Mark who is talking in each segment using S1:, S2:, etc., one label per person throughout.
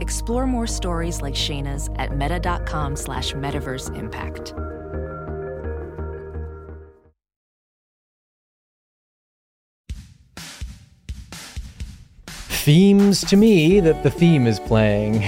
S1: Explore more stories like Shayna's at meta.com slash metaverse impact.
S2: Themes to me that the theme is playing.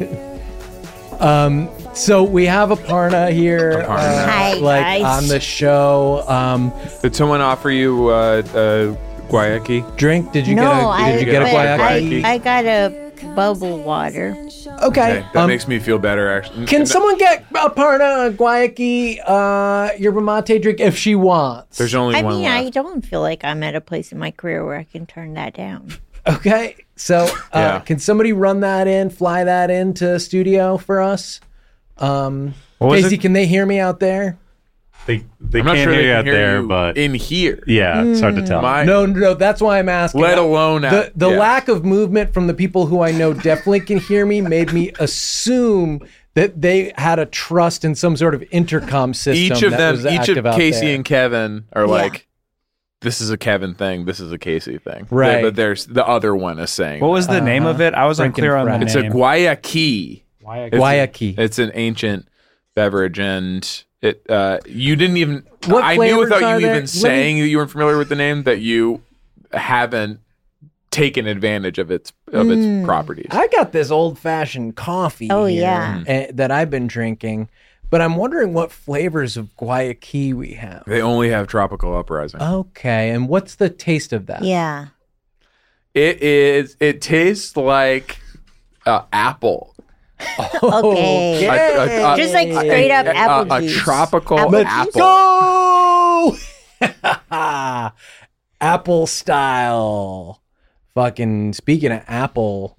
S2: um, so we have Aparna here,
S3: Aparna.
S2: uh,
S4: Hi,
S2: like
S4: guys.
S2: on the show. Um,
S3: Did someone offer you uh, uh, guayaki?
S2: drink? Did you
S4: no,
S2: get a?
S4: I,
S2: Did you get a
S4: but
S2: guayaki?
S4: I, I got a bubble water.
S2: okay.
S3: that
S2: um,
S3: makes me feel better. Actually,
S2: can
S3: No,
S2: someone get Aparna a guayaki uh, yerba mate drink if she wants?
S3: There's only
S4: I
S3: one
S4: mean, I
S3: left.
S4: don't feel like I'm at a place in my career where I can turn that down.
S2: Okay. So, uh,
S3: Yeah.
S2: can somebody run that in, fly that into studio for us? Um,
S5: What was
S2: Casey,
S5: it?
S2: can they hear me out there?
S5: They they
S3: I'm
S5: can't
S3: not sure
S5: hear
S3: they
S5: you
S3: can
S5: out
S3: hear
S5: there,
S3: you
S5: but
S3: in here,
S5: yeah, it's hard to tell.
S3: my
S2: no, no, no, that's why I'm asking.
S3: let alone
S2: the
S3: out-
S2: the
S3: yeah.
S2: lack of movement from the people who I know definitely can hear me made me assume that they had a trust in some sort of intercom system.
S3: Each of
S2: that
S3: them,
S2: was
S3: each
S2: active
S3: of
S2: out
S3: Casey
S2: there.
S3: and Kevin are
S4: Yeah.
S3: like, "This is a Kevin thing. This is a Casey thing." They-
S2: Right.
S3: but there's the other one is saying,
S5: What was the name of it? I was
S2: Frickin'
S5: unclear on the
S2: fried.
S5: name.
S3: "It's a guayaki." It's a-
S2: Guayaki.
S3: It's an ancient beverage, and it. Uh, you didn't even.
S2: What
S3: I
S2: flavors
S3: knew without
S2: are
S3: you
S2: there? Let
S3: even
S2: me-
S3: saying that you weren't familiar with the name that you haven't taken advantage of its of its
S2: Hmm.
S3: properties.
S2: I got this old fashioned coffee.
S4: Oh,
S2: here,
S4: yeah.
S3: Mm-hmm.
S2: eh, that I've been drinking, but I'm wondering what flavors of guayaki we have.
S3: They only have tropical uprising.
S2: Uh. Okay, and what's the taste of that?
S4: Yeah.
S3: It is. It tastes like uh, apple.
S4: Okay.
S3: A- a- a-
S4: Just like
S3: a-
S4: straight up
S3: a- a-
S4: apple
S3: a,
S4: juice.
S3: tropical
S4: Apple
S3: apple.
S4: juice?
S2: Go! Apple style. Fucking speaking of Apple,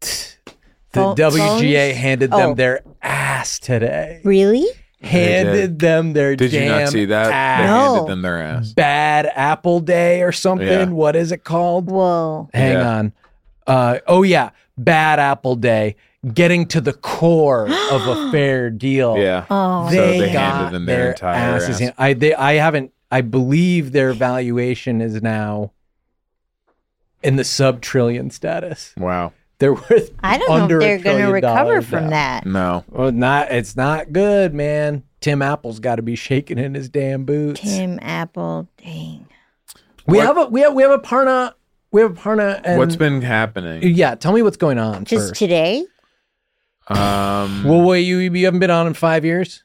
S2: the
S4: Phone-
S2: WGA
S4: phones?
S2: handed them
S4: Oh.
S2: their ass today.
S4: Really?
S2: Handed them their
S3: Did you
S2: damn
S3: not see that? They
S2: ass.
S4: No.
S3: handed them their ass.
S2: Bad Apple Day or something.
S3: Yeah.
S2: What is it called?
S4: Whoa.
S2: Hang
S3: Yeah.
S2: on. Uh, oh yeah, Bad Apple Day. Getting to the core of a fair deal
S3: Yeah.
S4: Oh.
S2: they,
S3: So they handed
S2: got
S3: them
S2: their,
S3: their entire
S2: asses
S3: ass.
S2: hand- I they, I haven't. I believe their valuation is now in the sub trillion status.
S3: Wow.
S2: They're worth.
S4: I don't know
S2: under
S4: if
S2: a
S4: they're going to
S2: trillion
S4: recover
S2: dollars
S4: from
S2: now.
S4: that.
S3: No.
S2: Well, not. It's not good, man. Tim Apple's got to be shaking in his damn boots.
S4: Tim Apple, dang.
S2: we
S3: What-
S2: have a we have we have a Parna. We have a Parna. And,
S3: What's been happening?
S2: Yeah, tell me what's going on
S4: Just
S2: first.
S4: today?
S3: Um,
S2: Well, wait, you you haven't been on in five years.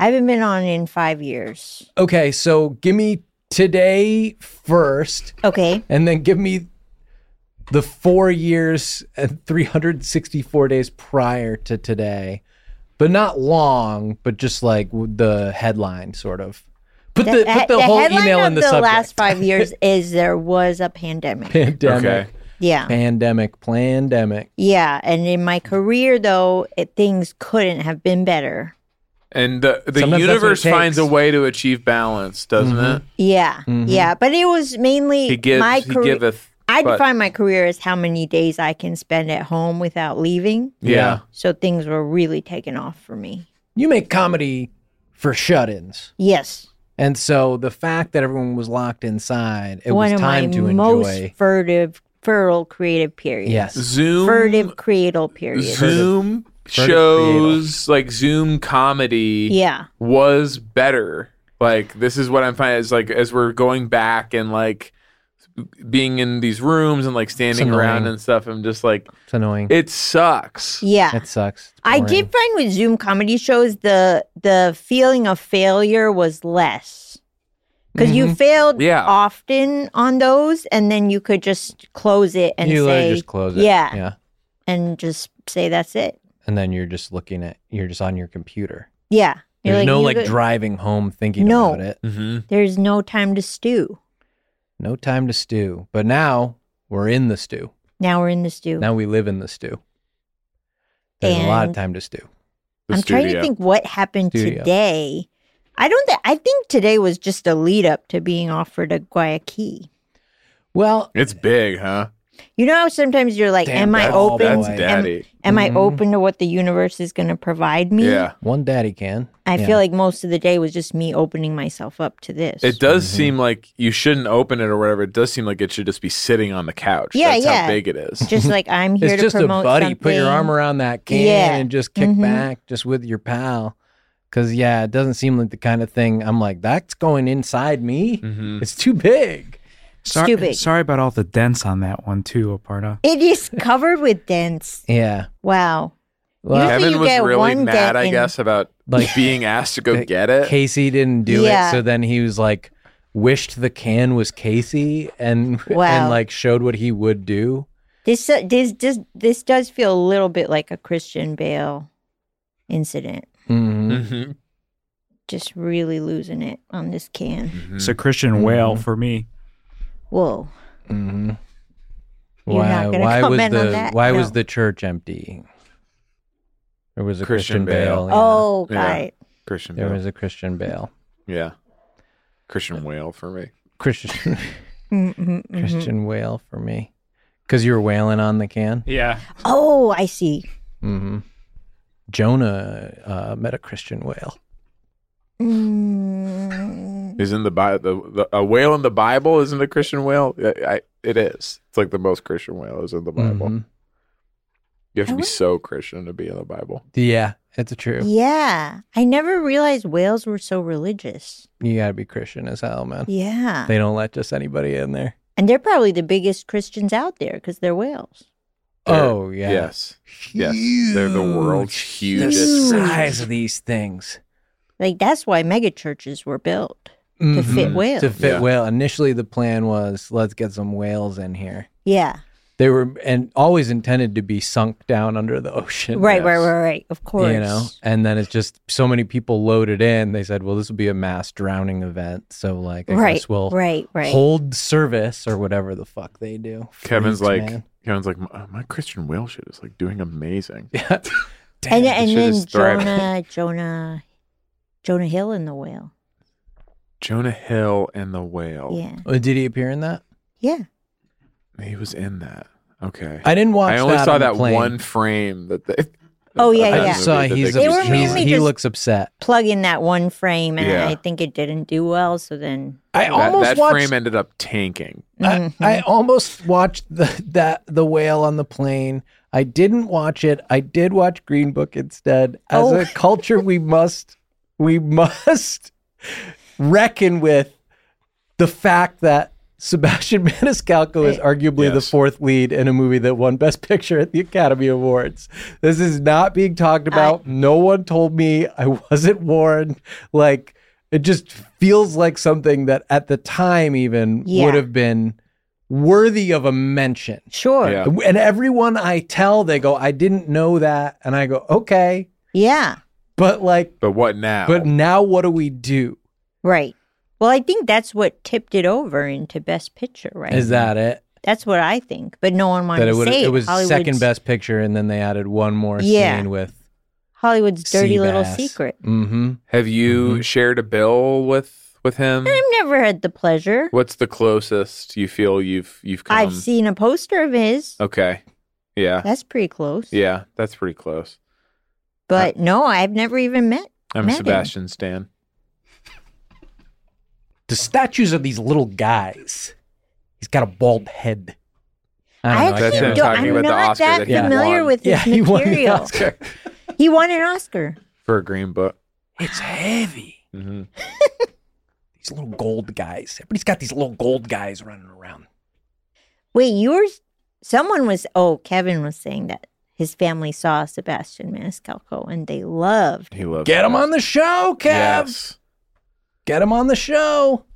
S4: I haven't been on in five years.
S2: Okay, so give me today first.
S4: Okay.
S2: and then give me the four years and 364 days prior to today but not long but just like w- the headline sort of put the, put the, whole
S4: headline
S2: email
S4: of
S2: in the,
S4: the
S2: subject
S4: last five years is there was a pandemic.
S2: pandemic
S3: Okay.
S4: yeah.
S2: pandemic pandemic
S4: Yeah. And in my career, though, it, things couldn't have been better.
S3: and the the
S2: Sometimes that's what it
S3: universe finds a
S2: takes. Mm-hmm.
S3: way to achieve balance, doesn't it?
S4: Yeah. Yeah. But it was mainly
S3: He gives.
S4: my
S3: he
S4: career.
S3: giveth.
S4: I
S3: but-
S4: define my career as how many days I can spend at home without leaving.
S3: Yeah.
S4: So things were really taking off for me.
S2: you make comedy for shut-ins
S4: Yes.
S2: and so the fact that everyone was locked inside it
S4: One
S2: was
S4: of
S2: time
S4: my
S2: to
S4: most
S2: enjoy
S4: furtive, fertile creative periods.
S2: yes
S3: Zoom.
S4: Furtive creative periods.
S3: Zoom shows like Zoom comedy.
S4: Yeah.
S3: was better. Like this is what I'm finding is like as we're going back and like being in these rooms and like standing
S2: annoying.
S3: around and stuff. I'm just like
S2: it's annoying
S3: it sucks.
S4: Yeah.
S2: that sucks It's
S4: I
S2: boring.
S4: did find with Zoom comedy shows the the feeling of failure was less because
S2: Mm-hmm.
S4: you failed
S3: Yeah.
S4: often on those, and then you could just close it and
S2: you
S4: say
S2: literally just close it
S4: Yeah,
S2: yeah
S4: and just say that's it.
S2: and then you're just looking at you're just on your computer.
S4: Yeah, You're
S2: There's no
S4: you
S2: like
S4: could-
S2: driving home thinking
S4: No.
S2: about it.
S3: Mm-hmm.
S4: there's no time to stew.
S2: No time to stew. But now we're in the stew.
S4: Now we're in the stew.
S2: Now we live in the stew. There's a lot of
S4: And-
S2: time to stew.
S3: The
S4: I'm trying to
S3: studio.
S4: think what happened
S2: Studio.
S4: today. I don't. Th- I think today was just a lead up to being offered a Guayaquil.
S2: Well,
S3: It's big, huh?
S4: You know how sometimes you're like,
S2: Damn,
S4: "Am I
S2: that's-
S4: open?
S2: Big.
S3: That's
S2: Am-
S3: daddy.
S4: Am
S2: Mhm.
S4: I open to what the universe is going to provide me?"
S3: yeah.
S2: one daddy can.
S4: I
S2: Yeah.
S4: feel like most of the day was just me opening myself up to this.
S3: It does
S2: Mm-hmm.
S3: seem like you shouldn't open it or whatever. It does seem like it should just be sitting on the couch.
S4: Yeah,
S3: That's
S4: yeah.
S3: how big it is.
S4: just like I'm here
S2: it's
S4: to
S2: just a
S4: promote
S2: buddy. Put your
S4: something.
S2: arm around that can
S4: Yeah.
S2: and just kick
S4: Mhm.
S2: back, just with your pal. Because yeah, it doesn't seem like the kind of thing. I'm like, that's going inside me.
S3: Mhm.
S2: It's too big.
S5: Sorry,
S4: Stupid.
S5: sorry about all the dents on that one too, Aparna.
S4: It is covered with dents.
S2: Yeah.
S4: Wow.
S2: Well,
S4: Usually
S3: Kevin
S4: you
S3: was
S4: get
S3: really
S4: one
S3: mad,
S4: dent
S3: I
S4: in-
S3: guess, about
S2: Like-
S3: being asked to go
S2: that
S3: get it.
S2: Casey didn't do
S4: Yeah.
S2: it, so then he was like, wished the can was Casey, and
S4: Wow.
S2: and like showed what he would do.
S4: This uh, this this this does feel a little bit like a Christian Bale incident.
S2: Mhm.
S3: Mhm.
S4: Just really losing it on this can.
S3: Hmm. Mm-hmm.
S5: It's a Christian whale for me.
S4: Whoa.
S2: Mm-hmm.
S4: You're
S2: why?
S4: not gonna
S2: why was
S4: comment
S2: the
S4: on that?
S2: why
S4: No.
S2: was the church empty? There was a
S3: Christian
S2: Christian, Bale.
S3: Bale.
S2: yeah.
S4: Oh, got
S3: Yeah.
S4: it.
S3: Christian
S2: there
S3: Bale.
S2: was a Christian Bale.
S3: yeah. Christian Whale for me.
S2: Christian
S4: Mm-hmm. Mm-mm, mhm.
S2: Christian whale for me, because you were wailing on the can.
S5: Yeah.
S4: Oh, I see.
S2: Mm-hmm. Jonah uh, met a Christian whale.
S4: Mm.
S2: Hmm.
S3: Isn't the, Bi- the, the a whale in the Bible? Isn't a Christian whale? I, I, it is. It's like the most Christian whale is in the Bible.
S2: Mhm.
S3: You have to
S4: I
S3: be
S4: would-
S3: so Christian to be in the Bible.
S2: Yeah, that's true.
S4: Yeah. I never realized whales were so religious.
S2: You gotta be Christian as hell, man.
S4: Yeah.
S2: They don't let just anybody in there.
S4: And they're probably the biggest Christians out there because they're whales.
S3: They're-
S2: oh yeah,
S3: Yes. Yes. They're the world's hugest.
S2: The size of these things.
S4: Like that's why mega churches were built to fit
S2: Mhm.
S4: whales.
S2: To fit
S3: Mm-hmm. Yeah.
S2: whale. Initially, the plan was let's get some whales in here.
S4: yeah.
S2: They were and always intended to be sunk down under the ocean.
S4: Right, right,
S3: Yes.
S4: right, right. Of course.
S2: You know, and then it's just so many people loaded in. They said, "Well, this will be a mass drowning event, so like I
S4: Right.
S2: guess we'll
S4: Right, right.
S2: hold service or whatever the fuck they do."
S3: Kevin's
S2: Freaks,
S3: like,
S2: man.
S3: Kevin's like, my, my Christian whale shit is like doing amazing.
S4: and
S2: Damn.
S4: and
S3: shit
S4: then
S3: is thriving.
S4: Jonah, Jonah, Jonah Hill and the whale.
S3: Jonah Hill and the whale.
S4: Yeah,
S2: Oh, did he appear in that?
S4: yeah.
S3: He was in that. Okay.
S2: I didn't watch.
S3: I only
S2: that
S3: saw
S2: on the
S3: that
S2: plane.
S3: one frame that they.
S4: Oh, yeah,
S3: of
S2: I
S3: that
S4: yeah.
S3: movie
S2: saw
S3: that they
S2: he's,
S3: could
S4: They were
S3: see.
S4: mainly
S2: he
S4: just-
S2: looks upset.
S4: Plug in that one frame, and
S3: Yeah.
S4: I think it didn't do well. So then,
S2: I
S3: That,
S2: almost
S3: that
S2: watched.
S3: frame ended up tanking.
S2: I, I almost watched the, that the whale on the plane. I didn't watch it. I did watch Green Book instead. As
S4: Oh.
S2: a culture, we must we must reckon with the fact that Sebastian Maniscalco is arguably the
S3: Yes.
S2: fourth lead in a movie that won Best Picture at the Academy Awards. This is not being talked about. no one told me. I wasn't warned. Like it just feels like something that at the time even
S4: Yeah.
S2: would have been worthy of a mention.
S4: sure, yeah.
S3: Yeah.
S2: And everyone I tell, they go, "I didn't know that," and I go, "Okay," but like,
S3: But what now?
S2: but now what do we do?
S4: right. Well, I think that's what tipped it over into Best Picture, right?
S2: Is that it?
S4: That's what I think, but no one wanted
S2: that it
S4: to
S2: would
S4: say
S2: it was
S4: Hollywood's,
S2: second best picture, and then they added one more
S4: Yeah.
S2: scene with
S4: Hollywood's dirty little secret.
S2: Mm-hmm.
S3: have you shared a bill with with him?
S4: I've never had the pleasure.
S3: What's the closest you feel you've you've come?
S4: I've seen a poster of his.
S3: Okay. Yeah.
S4: That's pretty close.
S3: Yeah. That's pretty close.
S4: But no, I've never even met.
S3: I'm
S4: Megan.
S3: Sebastian Stan.
S2: The statues of these little guys. He's got a bald head.
S4: I
S2: don't know,
S3: That's
S4: actually
S3: him
S2: can't
S4: don't.
S3: talking
S4: I'm
S3: about the
S4: not
S3: Oscar
S4: that
S3: that he
S4: familiar
S3: won.
S4: with his
S2: Yeah, he won the
S4: material.
S2: Oscar.
S4: He won an Oscar.
S3: for a green book.
S2: It's heavy.
S3: hmm
S2: These little gold guys. Everybody's got these little gold guys running around.
S4: Wait, yours? Someone was. Oh, Kevin was saying that his family saw Sebastian Maniscalco and they loved.
S3: He loves
S2: Get him
S3: that.
S2: on the show, Kev.
S3: Yes.
S2: Get him on the show.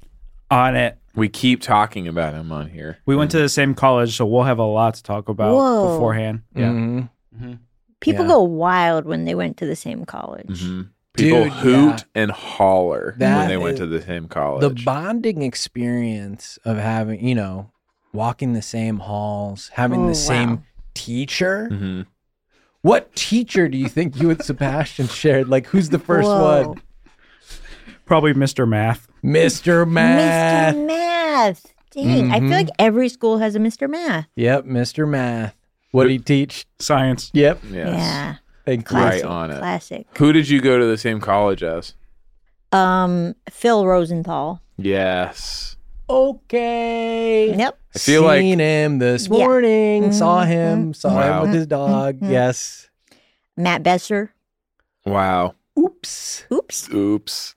S5: On it.
S3: We keep talking about him on here.
S5: We went to the same college, so we'll have a lot to talk about
S4: Whoa.
S5: beforehand. Yeah.
S2: Mhm. Yeah.
S4: People
S2: Mm-hmm.
S4: go wild when they went to the same college.
S3: Mhm. People
S2: Dude,
S3: hoot
S2: yeah.
S3: and holler when
S2: That
S3: they went
S2: is-
S3: to the same
S2: The
S3: college.
S2: bonding experience of having, you know, walking the same halls, having the
S4: Oh, wow. Mm.
S2: same teacher
S3: Mhm.
S2: What teacher do you think you and Sebastian shared? Like, who's the first
S4: Whoa.
S2: one?
S5: Probably Mr. Math.
S2: Mr. Math.
S4: Mr. Math. Dang, I feel like
S3: Mm-hmm.
S4: every school has a Mr. Math.
S2: Yep, Mr. Math. What did he teach?
S5: Science.
S2: Yep.
S3: Yes.
S4: Yeah,
S2: Thank you.
S4: classic.
S3: on it.
S4: Classic.
S3: Who did you go to the same college as?
S4: Um, Phil Rosenthal.
S3: Yes.
S2: Okay.
S4: Yep.
S3: I feel
S2: Seen
S3: like-
S2: him this
S4: Yeah. Mm-hmm.
S2: morning. Saw him. Saw
S3: Wow.
S2: him with his dog. Yes.
S4: Matt Besser.
S3: Wow.
S2: Oops.
S4: Oops.
S3: Oops.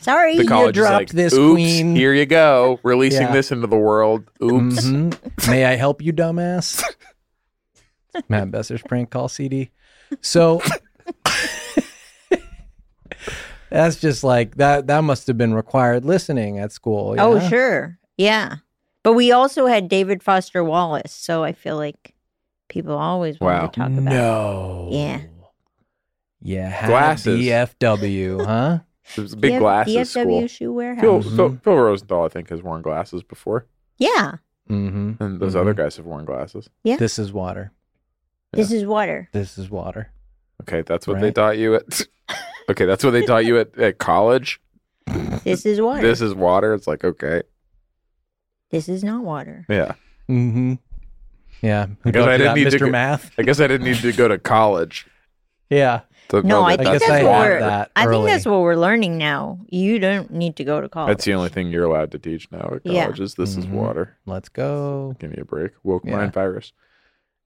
S4: Sorry.
S3: The college is
S2: dropped
S3: like,
S2: this,
S3: Oops,
S2: queen."
S3: here you go, releasing
S2: Yeah.
S3: this into the world. Oops.
S2: Mhm. May I help you, dumbass? Matt Besser's prank call CD. So that's just like that. That must have been required listening at school. you
S4: Oh,
S2: know?
S4: sure. Yeah. But we also had David Foster Wallace, so I feel like people always want
S3: Wow.
S4: to talk about.
S2: No.
S4: Yeah.
S2: Yeah. had
S3: Glasses.
S2: DFW, huh?
S3: It was a big
S4: DF-
S3: glasses
S4: DFW
S3: school.
S4: shoe warehouse.
S3: Phil,
S2: Mhm.
S3: Phil, Phil Rosenthal, I think, has worn glasses before,
S4: Yeah.
S2: Mm-hmm.
S3: and those other guys have worn glasses.
S2: This is water.
S4: This is water.
S2: This is water.
S3: Okay, that's what they
S2: Right.
S3: taught you at. okay, that's what they taught you at, at college.
S4: This is water.
S3: This is water. It's like okay,
S4: this is not water.
S3: yeah.
S2: Mm-hmm. Yeah.
S3: Because
S2: Go
S3: I
S2: to
S3: didn't
S2: that
S3: need to
S2: Mr.
S3: go-
S2: Math.
S3: I guess I didn't need to go to college.
S2: Yeah.
S3: To
S4: No,
S3: know
S4: I
S3: that
S4: think
S2: guess
S4: that's,
S2: I
S3: that's
S4: what
S2: had
S3: water.
S4: we're.
S2: that
S4: I think that's
S2: early.
S4: what we're learning now. You don't need to go to college.
S3: That's the only thing you're allowed to teach now at
S4: Yeah.
S3: college is this is
S2: Mhm.
S3: water.
S2: Let's go.
S3: Give me a break. Woke
S2: Yeah.
S3: mind virus.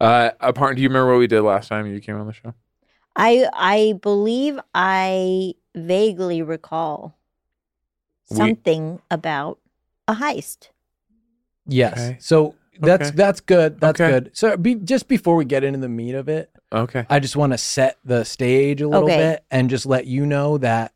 S3: Uh, apart, do you remember what we did last time you came on the show?
S4: I I believe I vaguely recall
S3: We-
S4: something about a heist.
S2: Yes.
S3: Okay.
S2: So that's
S3: Okay.
S2: that's good. That's
S3: Okay.
S2: good. So be, just before we get into the meat of it,
S3: Okay.
S2: I just want to set the stage a little
S4: Okay.
S2: bit and just let you know that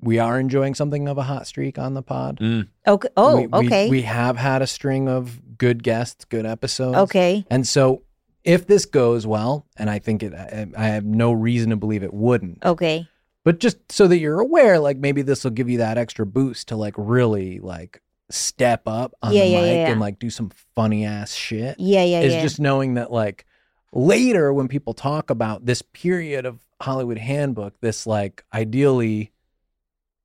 S2: we are enjoying something of a hot streak on the pod.
S4: Okay. Oh,
S2: We- we-
S4: okay.
S2: We have had a string of good guests, good episodes.
S4: okay.
S2: And so if this goes well, and I think it, I, I have no reason to believe it wouldn't.
S4: Okay.
S2: but just so that you're aware like maybe this will give you that extra boost to like really like step up on
S4: Yeah,
S2: the
S4: yeah,
S2: mic
S4: yeah,
S2: and
S4: yeah.
S2: like do some funny ass shit
S4: Yeah. Yeah.
S2: is
S4: yeah.
S2: just knowing that like later when people talk about this period of hollywood handbook this like ideally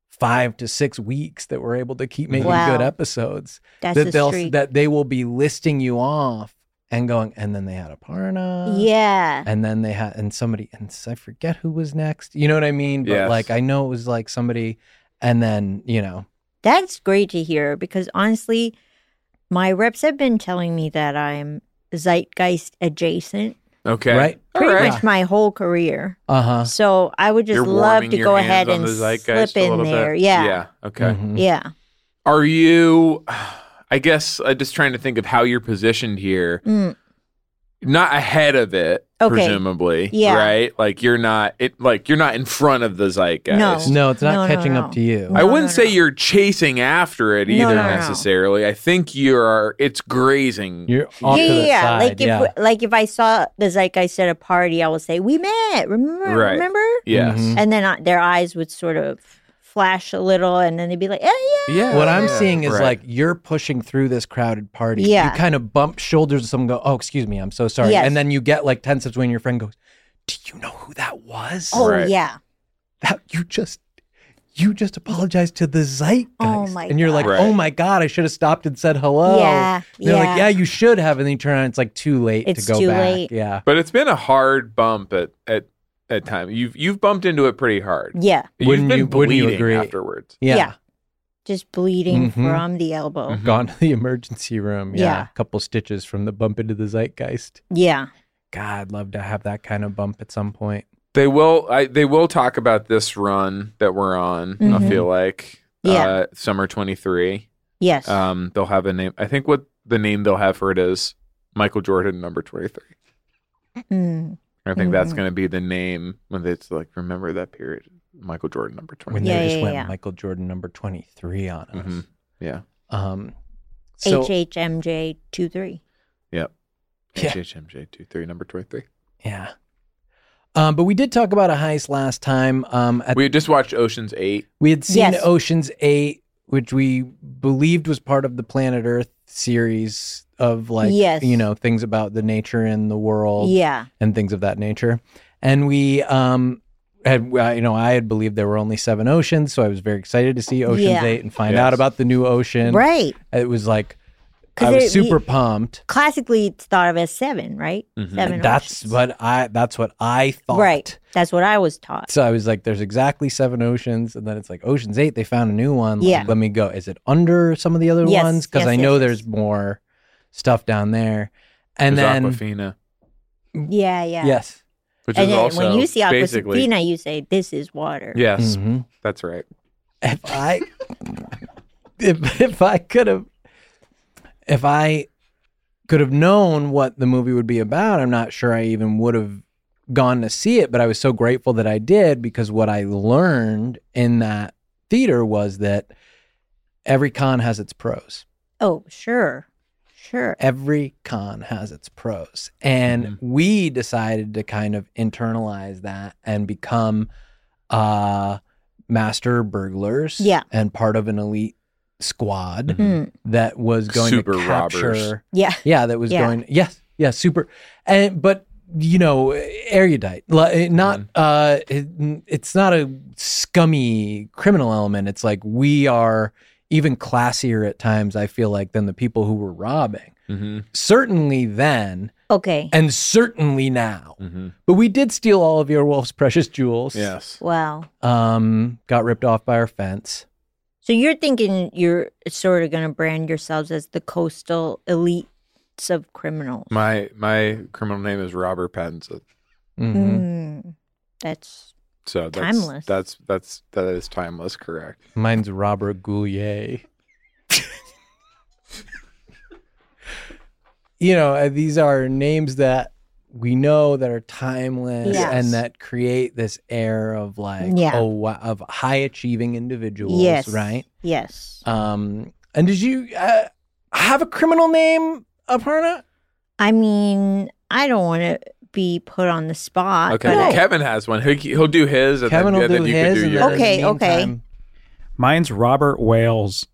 S2: five to six weeks that we're able to keep making
S4: Wow.
S2: good episodes
S4: That's
S2: that
S4: the
S2: they'll
S4: streak.
S2: that they will be listing you off and going and then they had a parna
S4: yeah.
S2: and then they had and somebody and s- I forget who was next. You know what I mean? But
S3: Yes.
S2: like I know it was like somebody and then, you know,
S4: That's great to hear because honestly, my reps have been telling me that I'm zeitgeist adjacent
S3: Okay.
S2: right?
S4: pretty
S3: right.
S4: much my whole career.
S2: Uh-huh.
S4: So I would just
S3: You're
S4: love
S3: warming
S4: to
S3: your
S4: go
S3: hands
S4: ahead
S3: on
S4: and
S3: the zeitgeist
S4: slip
S3: a
S4: in
S3: little
S4: there.
S3: bit.
S4: Yeah.
S3: Yeah. Okay.
S2: Mhm.
S4: Yeah.
S3: Are you? I guess I'm just trying to think of how you're positioned here.
S4: Mm.
S3: Not ahead of it,
S4: Okay.
S3: presumably.
S4: Yeah.
S3: Right. Like you're not. It like you're not in front of the zeitgeist.
S2: No, it's not
S4: No, no,
S2: catching
S4: no.
S2: up to you.
S3: I
S4: No,
S3: wouldn't say
S4: no, no.
S3: you're chasing after it
S4: No,
S3: either
S4: no, no.
S3: necessarily. I think you're. It's grazing.
S2: You're off
S4: yeah,
S2: to
S4: yeah,
S2: the
S4: yeah.
S2: side.
S4: like if
S2: yeah.
S4: like if I saw the zeitgeist at a party, I would say, "We met, remember?
S3: Right. Mm-hmm.
S4: Remember?"
S3: yes.
S2: Mhm.
S4: And then I, their eyes would sort of flash a little, and then they'd be like, "Oh yeah,
S3: Yeah.
S2: What I'm seeing is
S3: Right.
S2: like you're pushing through this crowded party.
S4: Yeah.
S2: You kind of bump shoulders with someone and go, Oh, excuse me, I'm so sorry.
S4: Yes.
S2: And then you get like 10 steps away and your friend goes, Do you know who that was?
S4: oh
S3: Right.
S4: yeah."
S2: that you just you just apologized to the zeitgeist.
S4: Oh my
S2: and you're like,
S3: God.
S2: oh my God, I should have stopped and said hello.
S4: Yeah,
S2: And they're
S4: yeah.
S2: like, yeah, you should have. And then you turn around, it's like too late
S4: It's
S2: to go
S4: too
S2: back.
S4: late.
S2: Yeah.
S3: But it's been a hard bump at at at time. You've you've bumped into it pretty hard.
S4: Yeah,
S3: You've
S2: Wouldn't
S3: been
S2: you- wouldn't you
S3: bleeding
S2: agree?
S3: afterwards?
S2: Yeah.
S4: Yeah. just
S2: Mhm.
S4: bleeding from the elbow.
S3: Mm-hmm.
S2: Gone to the emergency room. Yeah.
S4: Yeah.
S2: A couple stitches from the bump into the zeitgeist.
S4: Yeah,
S2: God, I'd love to have that kind of bump at some point.
S3: They will. I, they will talk about this run that we're on. I
S4: Mhm.
S3: feel like
S4: Yeah.
S3: uh, summer twenty three.
S4: yes.
S3: Um, they'll have a name. I think what the name they'll have for it is Michael Jordan number twenty three.
S4: Mm.
S3: I think that's going to be the name when it's like remember that period. Michael Jordan number
S2: When
S3: twenty.
S4: Yeah,
S2: they just
S4: yeah,
S2: went
S4: yeah.
S2: Michael Jordan number 23 on us.
S3: Mhm. Yeah.
S2: Um, so,
S4: HHMJ two three.
S3: Yep.
S2: Yeah.
S3: HHMJ two three number twenty three.
S2: yeah. Um, but we did talk about a heist last time. Um, at
S3: We had just watched Ocean's Eight.
S2: We had seen
S4: Yes.
S2: Ocean's Eight, which we believed was part of the Planet Earth series of like
S4: Yes.
S2: you know things about the nature and the world
S4: Yeah.
S2: and things of that nature. And we um had I- you know I had believed there were only seven oceans, so I was very excited to see Ocean's
S4: Yeah.
S2: Eight and find
S3: Yes.
S2: out about the new ocean.
S4: Right.
S2: It was like
S4: 'Cause
S2: I was
S4: there-
S2: super
S4: you-
S2: pumped.
S4: Classically, it's thought of as seven, right?
S2: Mm-hmm.
S4: Seven.
S2: That's
S4: oceans.
S2: what I that's what I thought.
S4: Right. That's what I was taught.
S2: So I was like, there's exactly seven oceans. And then it's like, Ocean's Eight, they found a new one. Like,
S4: Yeah.
S2: let me go. Is it under some of the other
S4: Yes,
S2: ones? Because
S4: yes,
S2: I
S4: yes,
S2: know
S4: yes.
S2: there's more stuff down there. And
S3: There's
S2: then,
S3: Aquafina,
S4: Yeah, yeah.
S2: yes.
S3: which
S4: And
S3: is
S4: then
S3: also
S4: when you see
S3: basically
S4: Aquafina, you say, this is water.
S3: yes,
S2: Mhm.
S3: Mm-hmm. that's right.
S2: If I, if, if I could have, if I could have known what the movie would be about, I'm not sure I even would have gone to see it, but I was so grateful that I did because what I learned in that theater was that every con has its pros.
S4: Oh, sure. Sure.
S2: every con has its pros. And
S3: Mm-hmm.
S2: we decided to kind of internalize that and become uh master burglars
S4: Yeah.
S2: and part of an elite squad
S4: Hmm.
S2: that was going
S3: Super
S2: to
S3: robbers.
S2: capture
S4: Yeah.
S2: yeah that was
S4: Yeah.
S2: going yes yeah super and but you know erudite Li- not
S3: Mm-hmm.
S2: uh it- it's not a scummy criminal element it's like we are even classier at times i feel like than the people who were robbing
S3: Mm-hmm.
S2: certainly then
S4: Okay.
S2: and certainly now.
S3: Mm-hmm.
S2: But we did steal all of your wolf's precious jewels.
S3: Yes.
S4: Wow.
S2: Um, got ripped off by our fence.
S4: So you're thinking you're sort of going to brand yourselves as the coastal elites of criminals.
S3: My my criminal name is Robert Pattinson.
S2: Mhm.
S4: Mm. That's
S3: So that's,
S4: Timeless.
S3: That's that's that is timeless. Correct.
S2: Mine's Robert Goulier. you know, uh, these are names that we know that are timeless
S4: Yes.
S2: and that create this air of like,
S4: Yeah.
S2: oh, wow, of high achieving individuals,
S4: yes,
S2: right?
S4: Yes,
S2: Um, and did you uh, have a criminal name, Aparna?
S4: I mean I don't want to be put on the spot.
S3: Okay.
S4: but
S3: well,
S4: I-
S3: Kevin has one. He, he'll do his. And
S2: Kevin
S3: then,
S2: will
S3: and then
S2: do
S3: you
S2: his.
S3: Can do
S2: and
S3: yours.
S2: then in the
S4: Yours. Okay, okay.
S2: meantime,
S5: Mine's Robert Wales.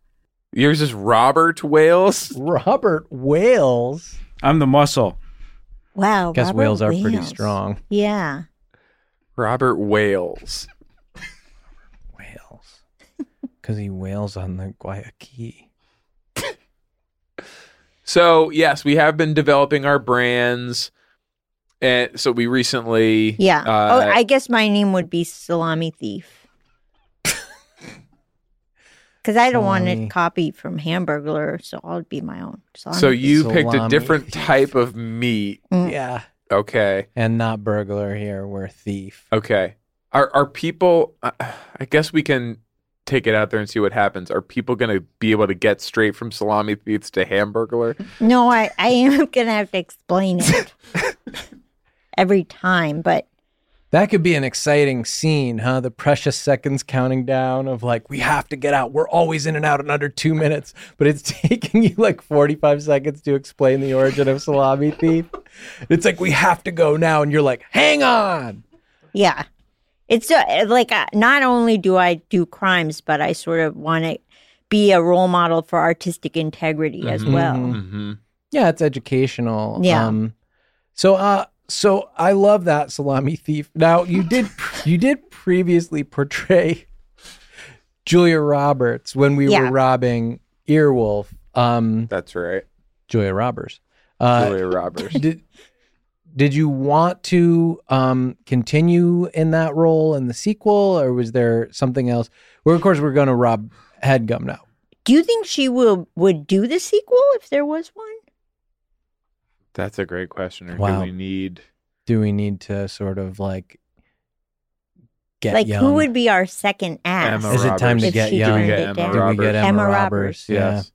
S3: Yours is Robert Wales.
S2: Robert Wales.
S5: I'm the muscle.
S4: wow,
S2: guess
S4: Oh, Robert
S2: whales are pretty
S4: Wales.
S2: strong.
S4: Yeah,
S3: Robert Wales.
S2: Whales. Because he wails on the Guayaquil.
S3: So yes, we have been developing our brands, and so we recently.
S4: yeah.
S3: Uh,
S4: oh, I guess my name would be Salami Thief. Because I don't want
S2: Salami.
S4: to copy from Hamburglar, so I'll be my own. Salami
S3: so
S4: Thief.
S3: you picked a
S2: Salami.
S3: different type of meat.
S4: Mm.
S2: Yeah.
S3: Okay.
S2: And not burglar here. We're thief.
S3: Okay. Are are people? I I guess we can take it out there and see what happens. Are people going to be able to get straight from salami thieves to hamburger?
S2: Mm-hmm.
S4: No, I, I am gonna have to explain it every time, but
S2: That could be an exciting scene, huh? The precious seconds counting down of like, we have to get out. We're always in and out in under two minutes, but it's taking you like 45 seconds to explain the origin of Salami Thief. It's like, we have to go now. And you're like, hang on.
S4: yeah, it's uh, like uh, not only do I do crimes, but I sort of want to be a role model for artistic integrity as well.
S3: Mm-hmm.
S2: Yeah, it's educational.
S4: Yeah.
S2: Um, so, uh, so I love that salami thief. Now you did, you did previously portray Julia Roberts when we
S4: Yeah.
S2: were robbing Earwolf. Um,
S3: That's right.
S2: Julia Roberts. Uh,
S3: Julia Roberts.
S2: did did you want to um, continue in that role in the sequel, or was there something else? Well, of course, we're going to rob Headgum now.
S4: Do you think she will would do the sequel if there was one?
S3: That's a great question. Or
S2: Wow.
S3: Do we need?
S2: Do we need to sort of like get
S4: like
S2: young?
S4: who would be our second ass?
S3: Emma
S2: Is it time
S3: Roberts.
S2: to
S4: If
S2: get
S4: she
S2: young?
S3: Do we get
S4: it
S3: Emma
S4: down.
S2: Do we
S3: Roberts?
S2: get Emma,
S4: Emma
S2: Roberts?
S4: Roberts.
S3: Yes.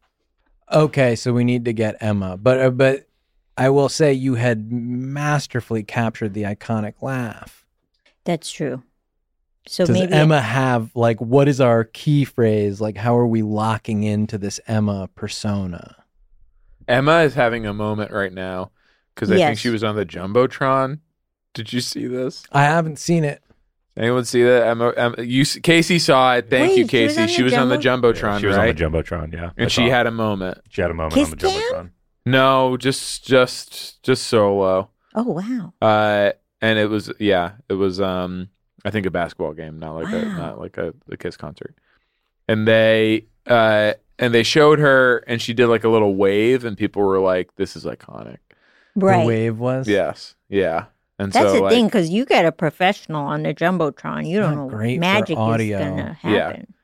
S2: Yeah. Okay, so we need to get Emma, but uh, but I will say you had masterfully captured the iconic laugh.
S4: That's true. So
S2: Does
S4: maybe
S2: Emma have like what is our key phrase? Like how are we locking into this Emma persona?
S3: Emma is having a moment right now because I think
S4: Yes.
S3: she was on the jumbotron. Did you see this?
S2: I haven't seen it.
S3: Anyone see that? I'm, I'm, you, Casey saw it. Thank
S4: Wait,
S3: you,
S4: she was
S3: Casey.
S4: on the
S3: she was on the jumbotron,
S6: she was
S3: right?
S6: on the jumbotron. Yeah, I
S3: and she
S6: saw it.
S3: had a moment.
S6: she had a moment
S4: Kiss
S6: on the
S4: cam?
S6: jumbotron.
S3: No, just just just solo.
S4: Oh wow.
S3: Uh, and it was yeah, it was um, I think a basketball game, not like a
S4: Wow.
S3: not like a, a Kiss concert. And they uh, and they showed her, and she did like a little wave, and people were like, "This is iconic."
S2: The
S4: Right.
S2: wave was.
S3: Yes, yeah. And
S4: That's
S3: so
S4: the
S3: like,
S4: thing because you got a professional on the jumbotron. You don't
S2: Not
S4: know
S2: great
S4: what
S2: for
S4: magic
S2: audio.
S4: is gonna
S3: Yeah.
S4: happen.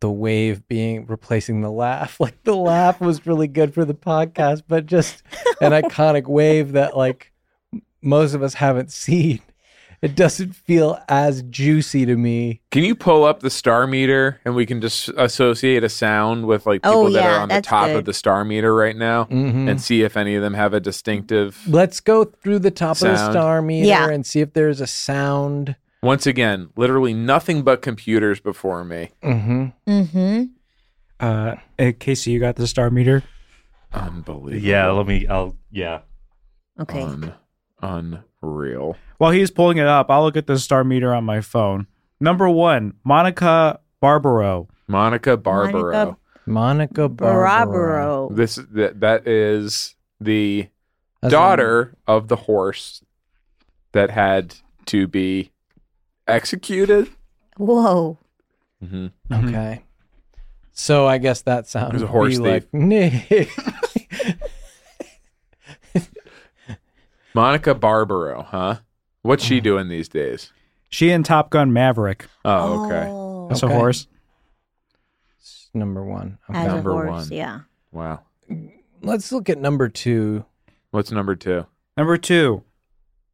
S2: The wave being replacing the laugh. Like the laugh was really good for the podcast, but just an iconic wave that like most of us haven't seen. It doesn't feel as juicy to me.
S3: Can you pull up the star meter and we can just associate a sound with like people
S4: Oh,
S3: that
S4: yeah,
S3: are on the
S4: that's
S3: top of
S4: good.
S3: the star meter right now
S2: Mhm.
S3: and see if any of them have a distinctive?
S2: Let's go through the top of the
S3: Sound.
S2: star meter
S4: Yeah.
S2: and see if there's a sound.
S3: Once again, literally nothing but computers before me.
S2: Mm-hmm.
S4: Mm-hmm.
S5: Uh, hey, Casey, you got the star meter?
S3: Unbelievable.
S6: Yeah, let me. I'll. Yeah,
S4: Okay.
S3: Um, Un- unreal.
S5: While he's pulling it up, I'll look at the star meter on my phone. Number one, Monica Barbaro.
S3: Monica Barbaro.
S4: Monica
S2: Monica Barbaro.
S4: Barbaro.
S3: This that that is the
S2: That's
S3: daughter of the horse that had to be executed.
S4: Whoa.
S3: Mhm.
S2: Okay. So I guess that sounds
S3: There's a horse
S2: like Nick.
S3: Monica Barbaro, huh? What's
S2: Oh.
S3: she doing these days?
S5: She and Top Gun Maverick.
S3: Oh, okay.
S4: Oh,
S5: That's
S2: Okay.
S5: a horse.
S2: It's number one. Okay.
S4: As
S3: Number
S4: a horse,
S3: one.
S4: yeah.
S3: Wow.
S2: Let's look at number two.
S3: What's number two?
S5: Number two,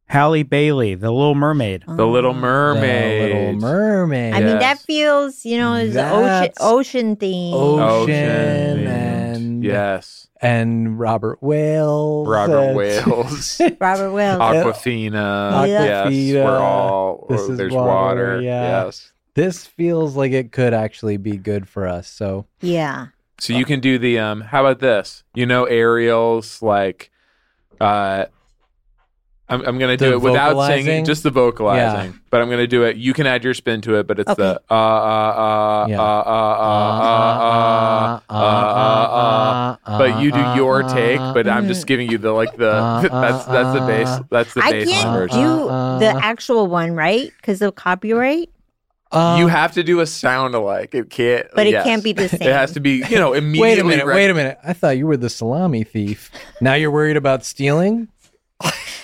S5: Halle Bailey, The Little Mermaid.
S3: The Little
S2: The
S3: Mermaid.
S2: Little Mermaid.
S4: Oh. I mean, that
S3: Yes.
S4: feels, you know, is the ocean,
S2: That's-
S4: ocean theme.
S3: Oh,
S2: Ocean
S3: Ocean
S2: and-
S3: yes,
S2: and Robert Wales.
S3: Robert
S2: and-
S3: Wales,
S4: Robert Wells.
S3: Aquafina. Yes,
S2: Aquafina.
S3: we're all.
S2: This is
S3: there's
S2: water,
S3: water.
S2: yeah.
S3: Yes.
S2: This feels like it could actually be good for us. So
S4: yeah.
S3: So you can do the um. How about this? You know, Ariel's like, uh, I'm I'm gonna do
S2: The
S3: it without singing,
S2: vocalizing?
S3: just the vocalizing. But I'm gonna do it. You can add your spin to it, but it's the uh uh uh
S2: Yeah.
S3: uh uh uh uh uh uh. But you do your take, but I'm just giving you the like the
S2: Uh,
S3: that's that's the base that's the
S4: I
S3: baseline
S4: can't
S3: version.
S4: do
S2: Uh,
S4: the
S2: uh.
S4: actual one, right? Because of copyright,
S3: you
S2: Um,
S3: have to do a sound alike. It can't.
S4: but it
S3: yes.
S4: can't be the same.
S3: It has to be, you know, immediately.
S2: Wait a minute.
S3: rec-
S2: Wait a minute. I thought you were the salami thief. Now you're worried about stealing?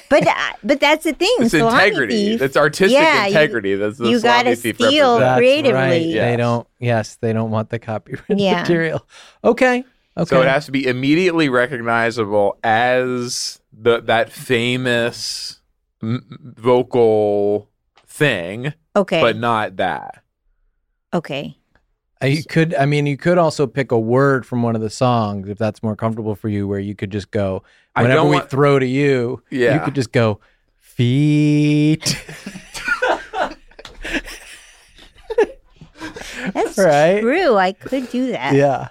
S4: But uh, but that's the thing.
S3: It's
S4: salami
S3: integrity.
S4: thief,
S3: It's artistic
S4: Yeah, you-
S3: integrity. That's the
S4: you
S3: salami
S4: gotta
S3: thief
S4: steal
S3: represents.
S2: That's
S4: Oh, creatively.
S2: right. They
S3: Yes.
S2: don't. Yes, they don't want the copyright
S4: Yeah.
S2: material. Okay. Okay.
S3: So it has to be immediately recognizable as the that famous m- vocal thing,
S4: okay.
S3: but not that.
S4: okay.
S2: Uh, you could. I mean, you could also pick a word from one of the songs if that's more comfortable for you, where you could just go.
S3: I
S2: Whenever
S3: don't
S2: we
S3: want-
S2: throw to you, you
S3: Yeah.
S2: could just go feet.
S4: That's
S2: Right.
S4: true. I could do that.
S2: yeah.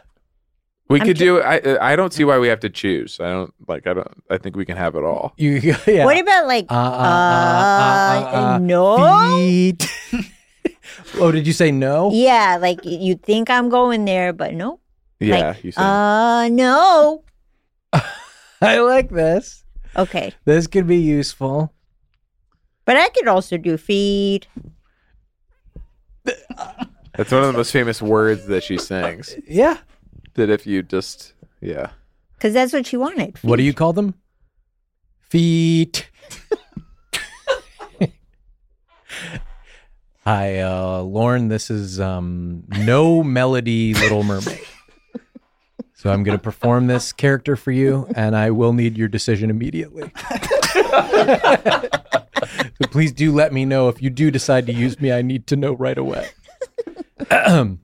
S3: We
S4: I'm
S3: could
S4: ki-
S3: do. I I don't see why we have to choose. I don't like. I don't. I think we can have it all.
S2: You. Yeah.
S4: What about like?
S2: uh, uh, uh, uh, uh,
S4: no.
S2: Feet. oh, did you say no?
S4: Yeah, like you think I'm going there, but no.
S3: Yeah, you said.
S4: Uh, no.
S2: I like this.
S4: Okay,
S2: This could be useful.
S4: but I could also do feed.
S3: That's one of the most famous words that she sings.
S2: Yeah.
S3: that if you just, yeah.
S4: Because that's what she wanted.
S2: What do you call them? Feet. Hi, uh, Lauren. This is um, no melody, Little Mermaid. So I'm going to perform this character for you, and I will need your decision immediately. so please do let me know if you do decide to use me. I need to know right away. Ahem.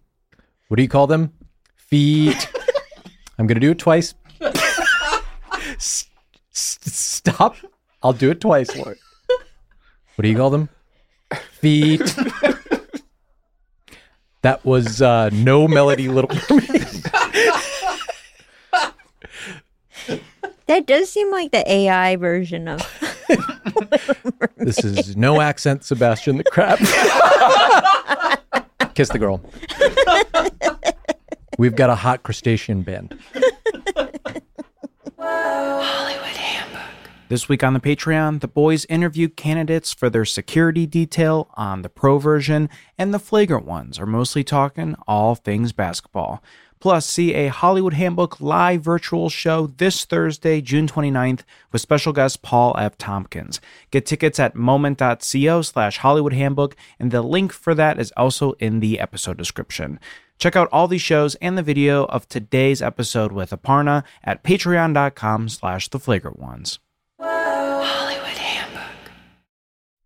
S2: what do you call them? Feet. I'm going to do it twice. S- s- stop. I'll do it twice, Lord. What do you call them? Feet. that was uh, no melody, little.
S4: That does seem like the AI version of.
S2: This is no accent, Sebastian the crab. Kiss the girl. We've got a hot crustacean band.
S7: This week on the Patreon, the boys interview candidates for their security detail on the pro version, and the flagrant ones are mostly talking all things basketball. Plus, see a Hollywood Handbook live virtual show this Thursday, June 29th, with special guest Paul F. Tompkins. Get tickets at moment.co slash Hollywood Handbook, and the link for that is also in the episode description. Check out all these shows and the video of today's episode with Aparna at patreon.com slash the flagrant ones.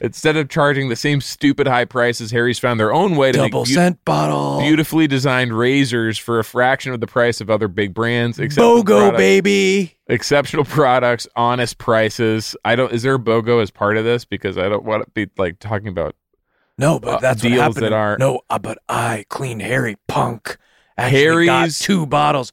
S3: Instead of charging the same stupid high prices, Harry's found their own way to
S2: Double
S3: make beau-
S2: scent bottle.
S3: beautifully designed razors for a fraction of the price of other big brands. Exceptional
S2: BOGO,
S3: product-
S2: baby.
S3: Exceptional products, honest prices. I don't. Is there a BOGO as part of this? Because I don't want to be like talking about.
S2: No, but
S3: uh,
S2: that's
S3: deals
S2: what happened.
S3: that are-
S2: No, uh, but I, Clean Harry Punk, actually got
S3: Harry's-
S2: two bottles.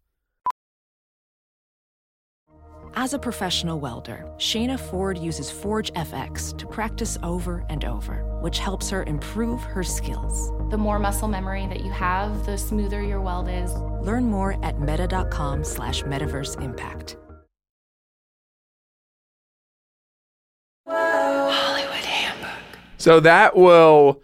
S1: As a professional welder, Shayna Ford uses Forge FX to practice over and over, which helps her improve her skills.
S8: The more muscle memory that you have, the smoother your weld is.
S1: Learn more at meta.com slash metaverse impact.
S3: So that will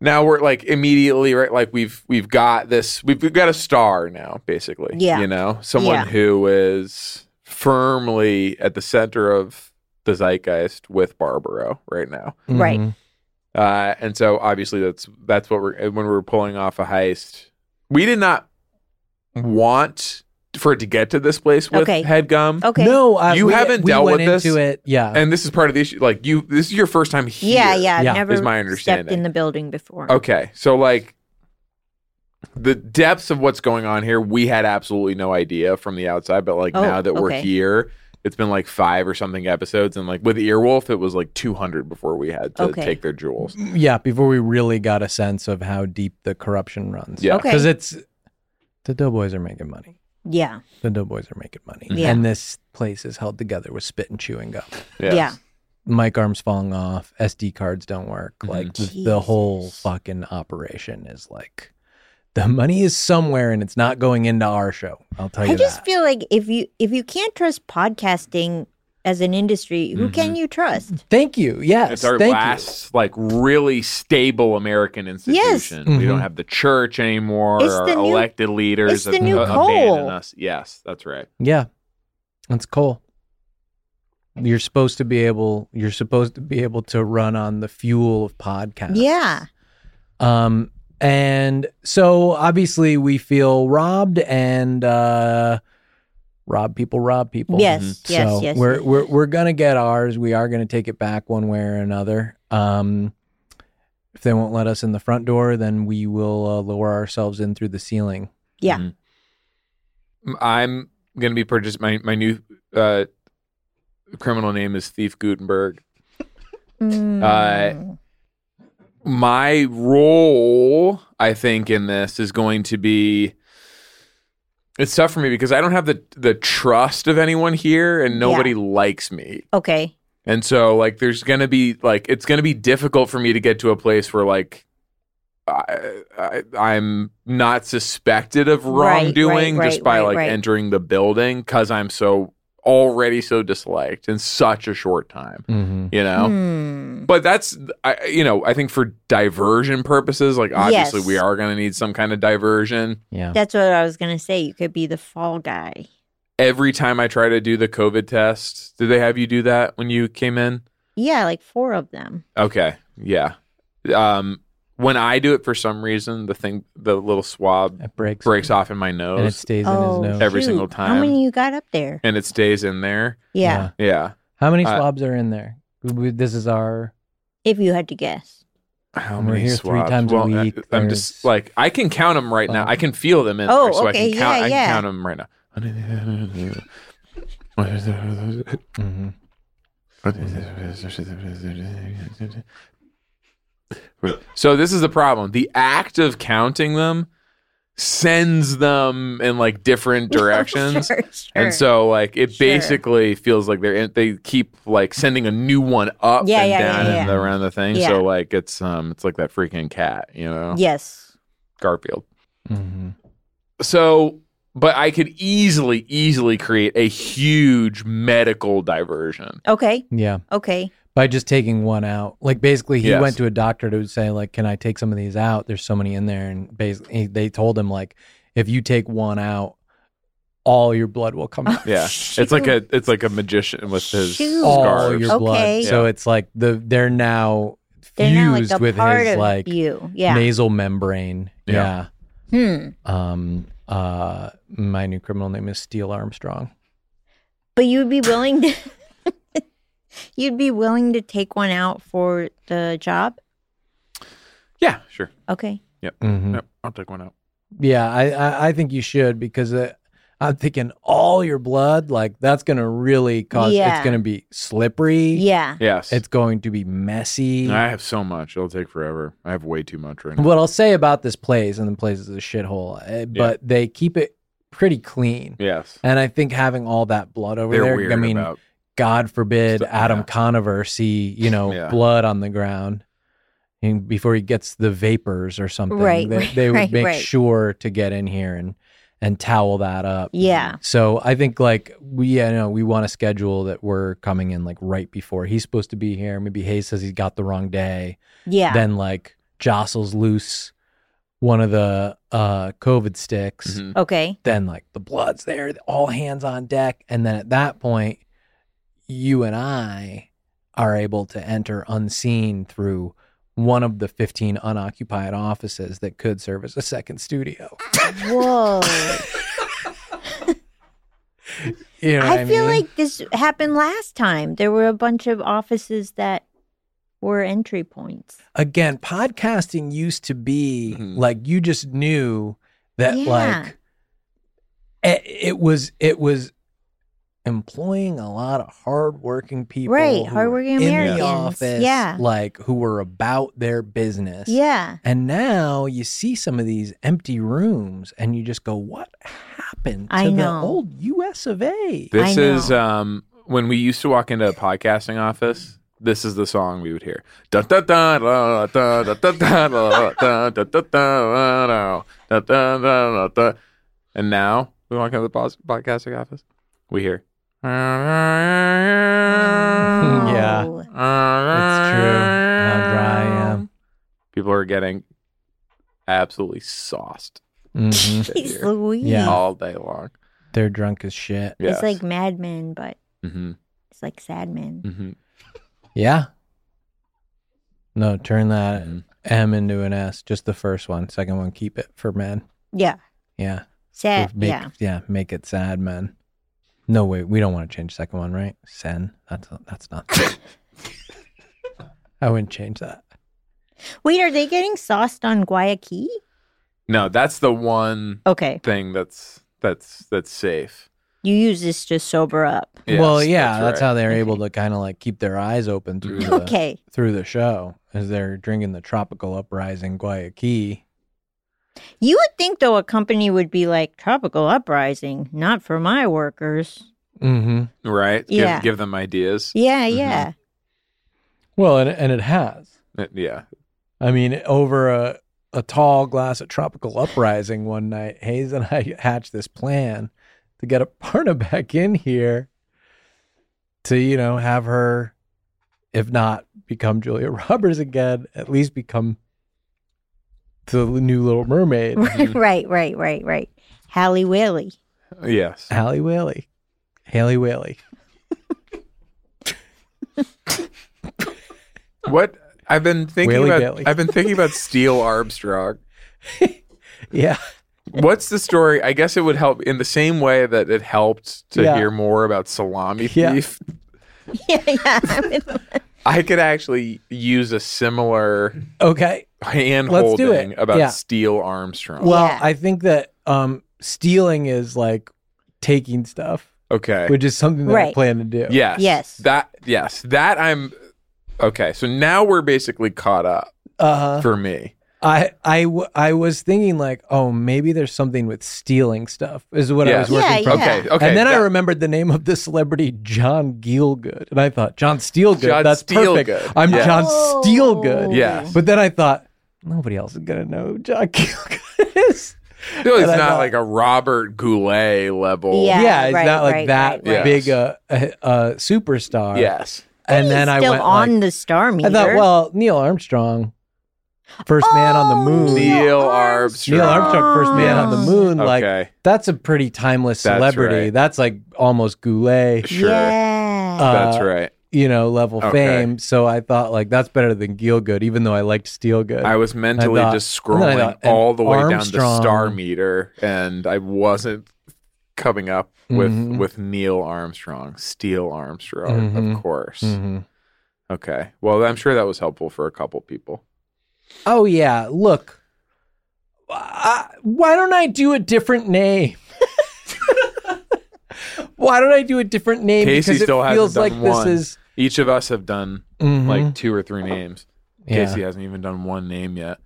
S3: now we're like immediately right like we've we've got this we've we've got a star now basically.
S4: Yeah.
S3: You know, someone
S4: Yeah.
S3: who is firmly at the center of the zeitgeist with Barbaro right now.
S4: Right.
S2: Mhm.
S3: Uh, and so obviously that's that's what we're when we were pulling off a heist. We did not want for it to get to this place with
S4: Okay. Oh.
S3: headgum.
S4: Okay.
S2: No, uh,
S3: You
S2: we-
S3: haven't
S2: we
S3: dealt
S2: went
S3: with this?
S2: into it. Yeah.
S3: And this is part of the issue. Like you this is your first time here.
S4: Yeah, yeah. I've
S2: Yeah.
S4: never
S3: Is my
S4: stepped
S3: understanding.
S4: in the building before.
S3: Okay. So like the depths of what's going on here, we had absolutely no idea from the outside, but like
S4: Oh,
S3: now that we're
S4: okay.
S3: here, it's been like five or something episodes, and like with Earwolf, it was like two hundred before we had to
S4: Okay.
S3: take their jewels.
S2: yeah, before we really got a sense of how deep the corruption runs.
S3: Yeah.
S4: Okay.
S2: Because it's the Doughboys are making money.
S4: Yeah.
S2: The Doughboys are making money.
S4: Yeah.
S2: And this place is held together with spit and chewing gum.
S3: Yes.
S4: Yeah.
S2: Mic arms falling off, SD cards don't work.
S3: Mm-hmm.
S2: Like the, the whole
S4: Jesus.
S2: fucking operation is like the money is somewhere and it's not going into our show. I'll tell you
S4: I just
S2: that.
S4: feel like if you if you can't trust podcasting as an industry, who
S2: Mm-hmm.
S4: can you trust?
S2: Thank you. Yes.
S3: It's our
S2: thank you.
S3: last like really stable American institution. We don't
S2: Mhm.
S3: have the church anymore.
S4: Mm-hmm. It's
S3: Our
S4: the new-
S3: elected leaders
S4: it's the
S3: have
S4: new
S3: ab- abandoned
S4: coal.
S3: us. Yes, that's right.
S2: Yeah. That's coal. You're supposed to be able you're supposed to be able to run on the fuel of podcasts.
S4: Yeah.
S2: Um and so obviously we feel robbed and uh rob people rob people.
S4: Yes,
S2: mm-hmm. So
S4: yes, yes,
S2: We're
S4: yes.
S2: we're we're gonna get ours. We are gonna take it back one way or another. Um if they won't let us in the front door, then we will uh, lower ourselves in through the ceiling.
S4: Yeah.
S3: Mhm. I'm gonna be purchased my, my new uh criminal name is Thief Gutenberg. Uh,
S4: Mm.
S3: my role, I think, in this is going to be. It's tough for me because I don't have the the trust of anyone here, and nobody likes me.
S4: okay.
S3: And so, like, there's gonna be like it's gonna be difficult for me to get to a place where like I, I I'm not suspected of
S4: Right,
S3: wrongdoing
S4: right,
S3: just
S4: right,
S3: by
S4: right,
S3: like
S4: right.
S3: entering the building because I'm so already so disliked in such a short time.
S2: Mm-hmm.
S3: You know.
S4: Hmm.
S3: But that's, I, you know, I think for diversion purposes, like obviously
S4: Yes.
S3: we are going to need some kind of diversion.
S2: Yeah.
S4: That's what I was gonna say. You could be the fall guy.
S3: Every time I try to do the COVID test, did they have you do that when you came in?
S4: Yeah, like four of them.
S3: Okay. Yeah. Um, when I do it for some reason, the thing, the little swab
S2: It breaks
S3: breaks off in my
S2: and it
S3: nose
S2: stays
S4: oh,
S2: in his nose.
S3: Every
S4: shoot.
S3: single
S4: How
S3: time.
S4: many you got up there?
S3: and it stays in there.
S4: Yeah,
S3: Yeah.
S2: How many
S3: Uh,
S2: swabs are in there? We- we- This is our.
S4: if you had to guess.
S3: How
S2: And we're here three times a
S3: well, I-
S2: week.
S3: I'm
S2: There's-
S3: just like I can count them right now. I can feel them in
S4: Oh,
S3: there, so I
S4: okay,
S3: can count.
S4: yeah,
S3: I
S4: yeah.
S3: can count them right now.
S2: Mhm.
S3: So this is the problem. The act of counting them sends them in like different directions.
S4: Sure, sure.
S3: And so, like, it
S4: Sure.
S3: basically feels like they're in, they keep like sending a new one up
S4: Yeah,
S3: and
S4: yeah,
S3: down
S4: yeah,
S3: and
S4: yeah.
S3: around the thing.
S4: Yeah.
S3: So like, it's um, it's like that freaking cat, you know,
S4: yes,
S3: Garfield.
S2: Mhm.
S3: So, but I could easily, easily create a huge medical diversion.
S4: okay,
S2: Yeah.
S4: okay,
S2: By just taking one out. Like basically, he
S3: Yes.
S2: went to a doctor to say, like, can I take some of these out? There's so many in there. And basically, he- they told him, like, if you take one out, all your blood will come out.
S3: Yeah, it's like a it's like a magician with his
S4: Shoot.
S2: all
S3: scarves.
S2: your blood.
S4: Okay.
S2: So it's like the they're now fused
S4: they're now like a
S2: with
S4: part
S2: his
S4: of
S2: like
S4: you. Yeah.
S2: nasal membrane.
S3: Yeah.
S4: hmm.
S2: yeah. Um. Uh. My new criminal name is Steel Armstrong.
S4: But you'd be willing to. you'd be willing to take one out for the job.
S3: yeah, sure.
S4: Okay.
S2: Mm-hmm.
S3: Yep, I'll take one out.
S2: Yeah, I, I, I think you should because uh, I'm thinking all your blood, like that's going to really cause,
S4: Yeah.
S2: it's going to be slippery.
S4: Yeah.
S3: Yes,
S2: It's going to be messy.
S3: I have so much. It'll take forever. I have way too much right now.
S2: What I'll say about this place, and the place is a shithole, uh, but they keep it pretty clean.
S3: Yes,
S2: And I think having all that blood over
S3: they're
S2: there,
S3: weird
S2: I mean,
S3: about.
S2: God forbid
S3: Stuff,
S2: Adam
S3: yeah.
S2: Conover see, you know,
S3: Yeah.
S2: blood on the ground and before he gets the vapors or something.
S4: Right,
S2: They,
S4: right,
S2: they would
S4: right,
S2: make
S4: right.
S2: sure to get in here and and towel that up.
S4: Yeah.
S2: So I think like we yeah, no, we want to schedule that we're coming in like right before he's supposed to be here. Maybe Hayes says he's got the wrong day.
S4: Yeah.
S2: Then like jostles loose one of the uh COVID sticks.
S3: Mhm.
S4: okay.
S2: Then like the blood's there, all hands on deck. And then at that point, you and I are able to enter unseen through one of the 15 unoccupied offices that could serve as a second studio.
S4: Whoa.
S2: You know what
S4: I feel
S2: mean?
S4: like this happened last time. There were a bunch of offices that were entry points.
S2: again, podcasting used to be
S3: Mhm.
S2: like you just knew that
S4: Yeah.
S2: like it, it was it was employing a lot of hardworking people,
S4: Right,
S2: who were
S4: hardworking
S2: in
S4: Americans.
S2: the office,
S4: Yeah.
S2: like who were about their business,
S4: Yeah.
S2: And now you see some of these empty rooms, and you just go, "What happened to
S4: I
S2: the
S4: know.
S2: old U.S. of A?"
S3: This
S4: I know.
S3: is um when we used to walk into a podcasting office. This is the song we would hear. Dun, dun, dun, la, dun, dun, dun, dun, la, dun, dun, dun, dun, la, la, dun, dun, dun, la, dun. And now we walk into the pos- podcasting office. We hear.
S2: Yeah.
S4: Oh.
S2: It's true. How dry I am.
S3: People are getting absolutely sauced
S2: Mhm.
S4: Jeez
S3: Yeah.
S4: Louise.
S2: Yeah.
S3: all day long.
S2: They're drunk as shit.
S3: Yes.
S4: It's like Mad Men, but
S3: hmm
S4: it's like Sad
S2: Mm.
S4: Men.
S3: hmm
S2: Yeah. No, turn that M into an S. Just the first one. Second one, keep it for men.
S4: Yeah.
S2: Yeah.
S4: Sad.
S2: Make-
S4: Eh, yeah.
S2: Make it sad, men. No, wait. We don't want to change second one, right? Sen. That's that's not. I wouldn't change that.
S4: Wait, are they getting sauced on Guayaquil?
S3: No, that's the one
S4: Okay.
S3: thing that's that's that's safe.
S4: You use this to sober up.
S3: Yes,
S2: well, yeah, that's,
S3: right.
S2: how they're able to kind of like keep their eyes open through the
S4: Okay.
S2: through the show as they're drinking the tropical uprising Guayaquil.
S4: You would think, though, a company would be like, Tropical Uprising, not for my workers.
S2: Mm-hmm.
S3: right.
S4: Yeah.
S3: Give, give them ideas.
S4: Yeah,
S3: Mhm.
S4: yeah.
S2: Well, and and it has.
S3: Uh, Yeah.
S2: I mean, over a, a tall glass of tropical uprising one night, Hayes and I hatched this plan to get Aparna back in here to, you know, have her, if not become Julia Roberts again, at least become the new Little Mermaid,
S4: right, right, right, right. Hallie Willie.
S3: Yes.
S2: Hallie Whaley. Haley Whaley.
S3: What I've been thinking
S2: Whaley
S3: about
S2: Bailey.
S3: I've been thinking about Steel Armstrong.
S2: Yeah.
S3: What's the story? I guess it would help in the same way that it helped to
S2: Yeah.
S3: hear more about Salami
S2: Yeah.
S3: Thief.
S4: yeah, yeah. I mean,
S3: I could actually use a similar
S2: Okay.
S3: hand
S2: do it.
S3: holding about
S2: Yeah.
S3: Steel Armstrong.
S2: Well,
S4: Yeah.
S2: I think that um stealing is like taking stuff,
S3: okay.
S2: which is something that I
S4: Right.
S2: plan to do.
S3: yes.
S4: Yes.
S3: That yes. That I'm okay. So now we're basically caught up.
S2: Uh-huh.
S3: for me.
S2: I I w- I was thinking like, oh, maybe there's something with stealing stuff is what I was
S3: Yes.
S2: working
S4: Yeah,
S2: from.
S4: yeah.
S3: Okay, okay.
S2: and then I
S3: that-
S2: remembered the name of the celebrity, John Gielgud, and I thought John Steelgood.
S3: John
S2: that's
S3: Steelgood,
S2: perfect. I'm
S3: yeah.
S2: John
S4: Oh.
S2: Steelgood.
S3: Yes.
S2: But then I thought nobody else is gonna know who John Gielgud is.
S3: No, it's
S2: And I
S3: not
S2: thought-
S3: like a Robert Goulet level.
S4: Yeah,
S2: it's
S4: right,
S2: not like
S4: right,
S2: that
S4: right,
S3: right.
S2: big a, a, a superstar.
S3: Yes.
S2: And then I
S4: still
S2: went
S4: on
S2: like-
S4: the star meter.
S2: I thought, well, Neil Armstrong, first man on the
S4: Oh,
S2: moon.
S3: Neil
S2: Neil
S3: Armstrong.
S2: Armstrong, first man on the moon. Like
S3: Okay.
S2: that's a pretty timeless
S3: That's
S2: celebrity.
S3: right.
S2: That's like almost Goulet,
S3: Sure.
S4: Yeah.
S2: Uh,
S3: That's right.
S2: you know, level
S3: Okay.
S2: fame. So I thought like that's better than Gielgud, even though I liked Steelgood.
S3: I was mentally
S2: thought-
S3: just
S2: and then I
S3: scrolling
S2: thought, and
S3: all the way down the
S2: Armstrong-
S3: star meter, and I wasn't coming up with
S2: Mhm.
S3: with Neil Armstrong, Steel Armstrong,
S2: Mhm.
S3: of course.
S2: Mhm.
S3: Okay. Well, I'm sure that was helpful for a couple people.
S2: Oh yeah, look. I, why don't I do a different name? why don't I do a different name?
S3: Casey
S2: because
S3: still
S2: it
S3: hasn't
S2: feels
S3: done
S2: like
S3: one.
S2: this is
S3: Each of us have done
S2: Mhm.
S3: like two or three names.
S2: Yeah.
S3: Casey hasn't even done one name yet.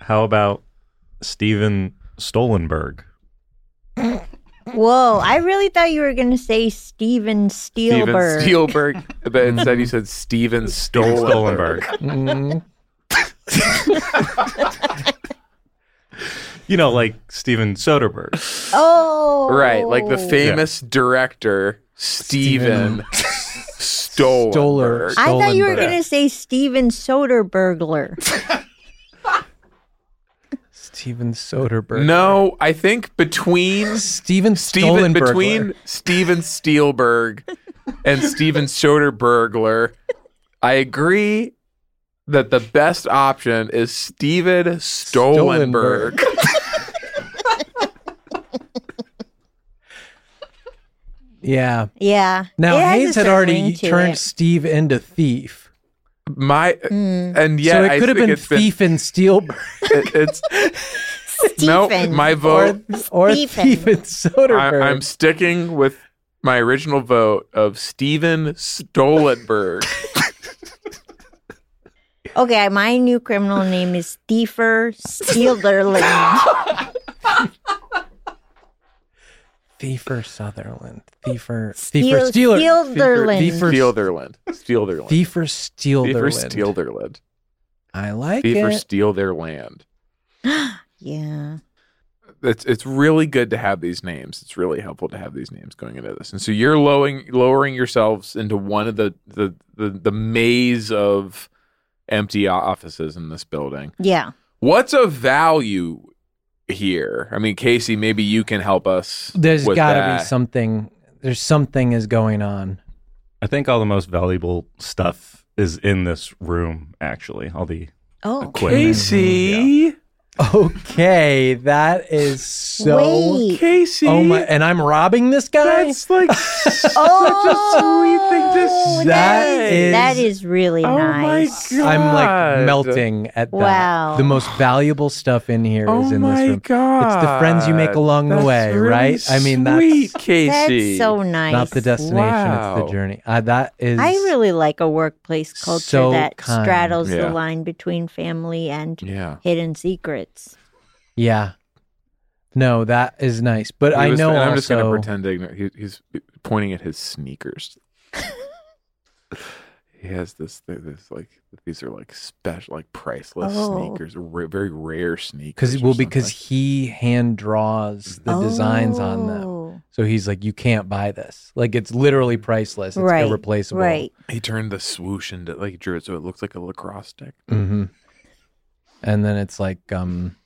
S6: How about Steven Stolenberg?
S4: Whoa, I really thought you were going to say Steven
S3: Steven
S4: Spielberg.
S3: Spielberg. but instead, you said Steven
S6: Steven
S2: mm-hmm.
S3: Stolenberg.
S6: Stolenberg.
S2: Mhm.
S6: you know, like Steven Soderbergh.
S4: Oh,
S3: Right, like the famous director Steven Stoller.
S2: Stoller.
S4: I thought you were
S2: Stolenberg.
S4: going to say Steven Soderbergler.
S2: Steven Soderbergh.
S3: No, I think between
S2: Steven
S3: Steven
S2: Stolenbergler.
S3: between Steven Spielberg and Steven Soderbergler, I agree that the best option is Steven Stolenberg.
S2: Yeah.
S4: yeah.
S2: Now
S4: It has a
S2: Hayes had
S4: certain
S2: already
S4: ring to
S2: turned
S4: it.
S2: Steve into thief.
S3: My
S4: Hmm.
S3: and yeah,
S2: so
S3: I
S2: it could have
S3: think
S2: been
S3: it's
S2: thief and Steelberg
S3: it- it's no,
S4: Stephen.
S3: my
S2: or,
S3: vote.
S2: or
S4: Stephen.
S2: thief and
S3: I,
S2: Soderbergh.
S3: I'm sticking with my original vote of Steven Stolenberg.
S4: Okay, my new criminal name is Stiefer Steelerland.
S2: Thiefer Sutherland. Thiefer.
S4: Steel-
S2: Thiefer Steeler.
S4: Steelderland.
S2: Thiefer-
S3: Steelderland. Steelderland.
S2: Thiefer Steeler.
S3: Thiefer steal their land.
S2: I like
S3: Thiefer
S2: it.
S3: steal their land.
S4: yeah.
S3: It's it's really good to have these names. It's really helpful to have these names going into this. And so you're lowering lowering yourselves into one of the the the, the maze of empty o- offices in this building.
S4: Yeah.
S3: What's a value here? I mean, Casey, maybe you can help us.
S2: There's
S3: with
S2: got to
S3: that.
S2: be something. There's something is going on.
S6: I think all the most valuable stuff is in this room, actually. All the
S4: Oh.
S6: equipment.
S3: Casey,
S2: Okay, that is so.
S4: Wait.
S3: Casey,
S2: Oh my! And I'm robbing this guy.
S3: that's like such
S4: Oh,
S3: a sweet thing to
S2: Oh, that
S3: say.
S2: is-
S4: that is really
S3: Oh my
S4: nice.
S3: god!
S2: I'm like melting at that.
S4: Wow.
S2: The most valuable stuff in here is
S3: Oh
S2: in
S3: my
S2: this room.
S3: god!
S2: It's the friends you make along the
S3: That's
S2: way,
S3: really
S2: right? I mean, that's
S3: sweet, Casey.
S4: That's so nice.
S2: not the destination; it's
S3: Wow.
S2: the journey. Uh, that is.
S4: I really like a workplace culture
S2: so
S4: that
S2: kind.
S4: straddles
S3: Yeah.
S4: the line between family and
S3: Yeah.
S4: hidden secrets.
S2: Yeah. No, that is nice, but
S3: He
S2: I
S3: was-
S2: know
S3: and
S2: also.
S3: I'm just gonna pretend ignorant. He, he's pointing at his sneakers. he has this, this like these are like special, like priceless
S4: Oh.
S3: sneakers, ra- very rare sneakers.
S2: Because
S3: or
S2: well, because
S3: something.
S2: he hand draws the designs on them,
S4: Oh,
S2: so he's like, "You can't buy this. Like it's literally priceless. It's
S4: Oh, Right,
S2: irreplaceable."
S4: Right.
S3: he turned the swoosh into like he drew it so it looks like a lacrosse stick.
S2: hmm And then it's like um,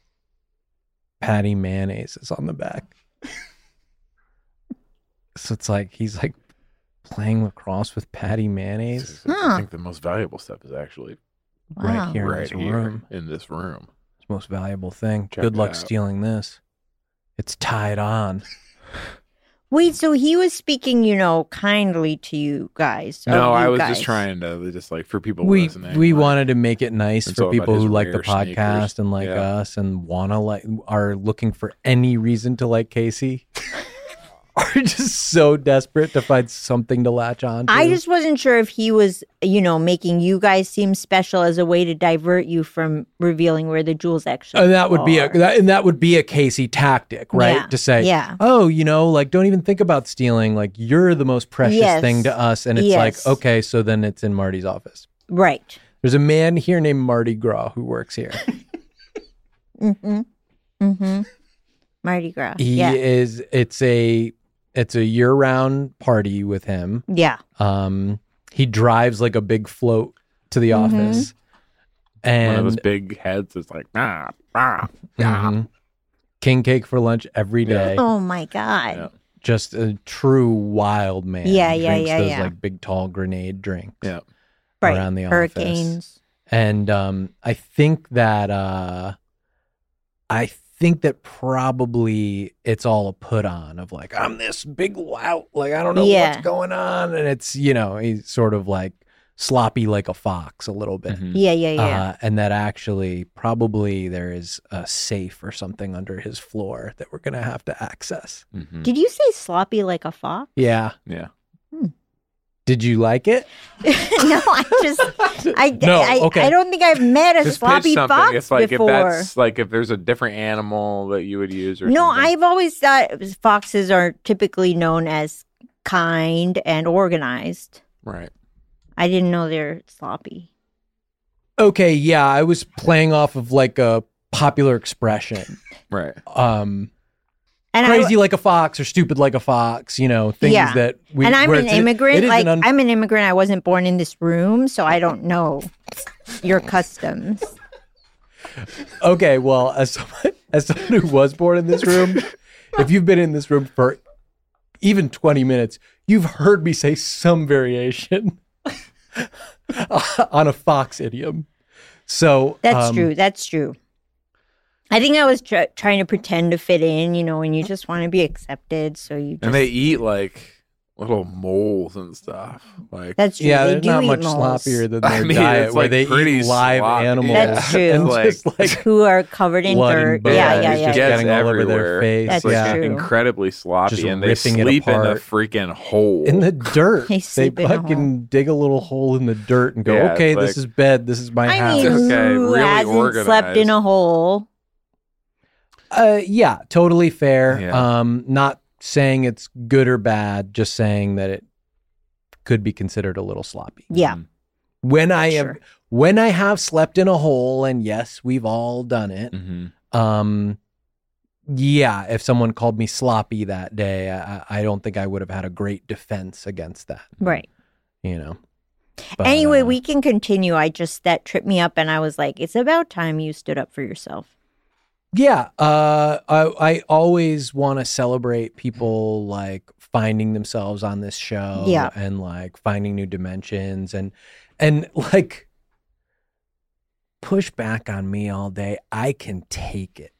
S2: patty mayonnaise is on the back. so it's like he's like playing lacrosse with patty mayonnaise
S3: I
S4: Huh.
S3: think the most valuable stuff is actually
S2: right
S4: Wow.
S2: here
S3: right
S2: in this
S3: here
S2: room.
S3: in this room.
S2: It's the most valuable thing.
S3: Check
S2: Good
S3: it
S2: luck
S3: out.
S2: stealing this. It's tied on.
S4: Wait, so he was speaking, you know, kindly to you guys. of
S3: No,
S4: you
S3: I was just
S4: guys.
S3: trying to just like for people
S2: we
S3: listening.
S2: we
S3: like,
S2: wanted to make it nice
S3: It's all
S2: for
S3: about
S2: people
S3: his
S2: who like the
S3: rare
S2: podcast
S3: sneakers.
S2: and like
S3: Yeah.
S2: us and wanna like are looking for any reason to like Casey. are just so desperate to find something to latch on to.
S4: I just wasn't sure if he was, you know, making you guys seem special as a way to divert you from revealing where the jewels actually.
S2: and Oh, that would be a
S4: are.
S2: that, and that would be a Casey tactic, right?
S4: Oh. Yeah,
S2: To say,
S4: yeah.
S2: oh, you know, like don't even think about stealing. Like you're the most precious
S4: Yes.
S2: thing to us, and it's
S4: Yes.
S2: like okay, so then it's in Marty's office.
S4: right.
S2: There's a man here named Marty Gras who works here.
S4: Mm-hmm. Mm-hmm. Mardi Gras.
S2: He
S4: yeah.
S2: is. It's a it's a year round party with him.
S4: yeah.
S2: Um, he drives like a big float to the
S4: Mm-hmm.
S2: office,
S3: one of
S2: and
S3: those big heads is like ah ah ah.
S2: Mhm. king cake for lunch every
S3: Yeah.
S2: day.
S4: Oh my God.
S3: Yeah.
S2: Just a true wild man.
S4: Yeah, yeah,
S2: Drinks
S4: yeah,
S2: Those
S4: yeah.
S2: like big tall grenade drinks.
S3: Yeah.
S4: Right.
S2: around the office.
S4: Hurricanes.
S2: And um, I think that uh, I think that probably it's all a put on of like I'm this big lout, like I don't know
S4: Yeah.
S2: what's going on, and it's you know he's sort of like sloppy like a fox a little bit,
S3: Mhm.
S4: Yeah, yeah, yeah.
S2: uh, and that actually probably there is a safe or something under his floor that we're gonna have to access.
S3: Mhm.
S4: Did you say sloppy like a fox?
S2: Yeah.
S3: Yeah.
S2: Did you like it?
S4: no, I just, I,
S2: No,
S4: I,
S2: okay.
S4: I don't think I've met a
S3: Just pitch
S4: sloppy
S3: something.
S4: fox
S3: It's like
S4: before.
S3: if that's like if there's a different animal that you would use or
S4: No,
S3: something.
S4: I've always thought it was- foxes are typically known as kind and organized.
S3: right.
S4: I didn't know they're sloppy.
S2: Okay, yeah, I was playing off of like a popular expression.
S3: Right.
S2: Um,
S4: And I-
S2: crazy like a fox or stupid like a fox. You know things
S4: Yeah.
S2: that we.
S4: and I'm
S2: where
S4: an
S2: it's- it-
S4: immigrant.
S2: it is
S4: like
S2: an un-
S4: I'm an immigrant. I wasn't born in this room, so I don't know your customs.
S2: okay, well, as someone, as someone who was born in this room, if you've been in this room for even 20 minutes, you've heard me say some variation on a fox idiom. So
S4: That's
S2: um,
S4: true. That's true. I think I was tr- trying to pretend to fit in, you know, and you just want to be accepted, so you. Just,
S3: And they eat like little moles and stuff. Like
S4: that's true.
S2: Yeah,
S4: they
S2: they're
S4: do
S2: not
S4: eat
S2: much
S4: moles
S2: sloppier than their
S3: I mean,
S2: diet,
S3: it's
S2: where
S3: like
S2: they
S3: pretty
S2: eat live
S3: sloppy.
S2: animals
S4: That's true.
S2: and
S3: Like-
S2: just like
S4: who are covered in
S2: blood
S4: dirt.
S2: and bones
S4: yeah, yeah,
S2: is
S4: yeah.
S2: just
S3: Gets
S2: getting all over their
S3: everywhere.
S2: face.
S4: That's
S3: It's
S2: yeah,
S4: true.
S3: incredibly sloppy,
S2: Just
S3: and they
S2: ripping it
S3: sleep in a
S2: apart.
S3: freaking hole.
S2: in the dirt,
S4: They
S2: they,
S4: sleep in a hole.
S2: fucking dig a little hole in the dirt and go,
S3: Yeah, it's
S2: "Okay, this
S3: like-
S2: is bed. This is my
S4: I
S2: house."
S4: mean,
S3: Okay,
S4: who
S3: really
S4: hasn't slept
S3: organized.
S4: in a hole?
S2: Uh, yeah, totally fair.
S3: Yeah.
S2: Um, not saying it's good or bad, just saying that it could be considered a little sloppy.
S4: Yeah,
S3: Mm.
S2: When I have,
S4: Sure.
S2: when I have slept in a hole, and yes, we've all done it.
S3: hmm
S2: Um, yeah, if someone called me sloppy that day, I, I don't think I would have had a great defense against that.
S4: right.
S2: You know. But,
S4: anyway,
S2: uh,
S4: we can continue. I just that tripped me up, and I was like, "It's about time you stood up for yourself."
S2: Yeah, uh, I, I always want to celebrate people like finding themselves on this show,
S4: Yeah.
S2: and like finding new dimensions, and and like push back on me all day. I can take it,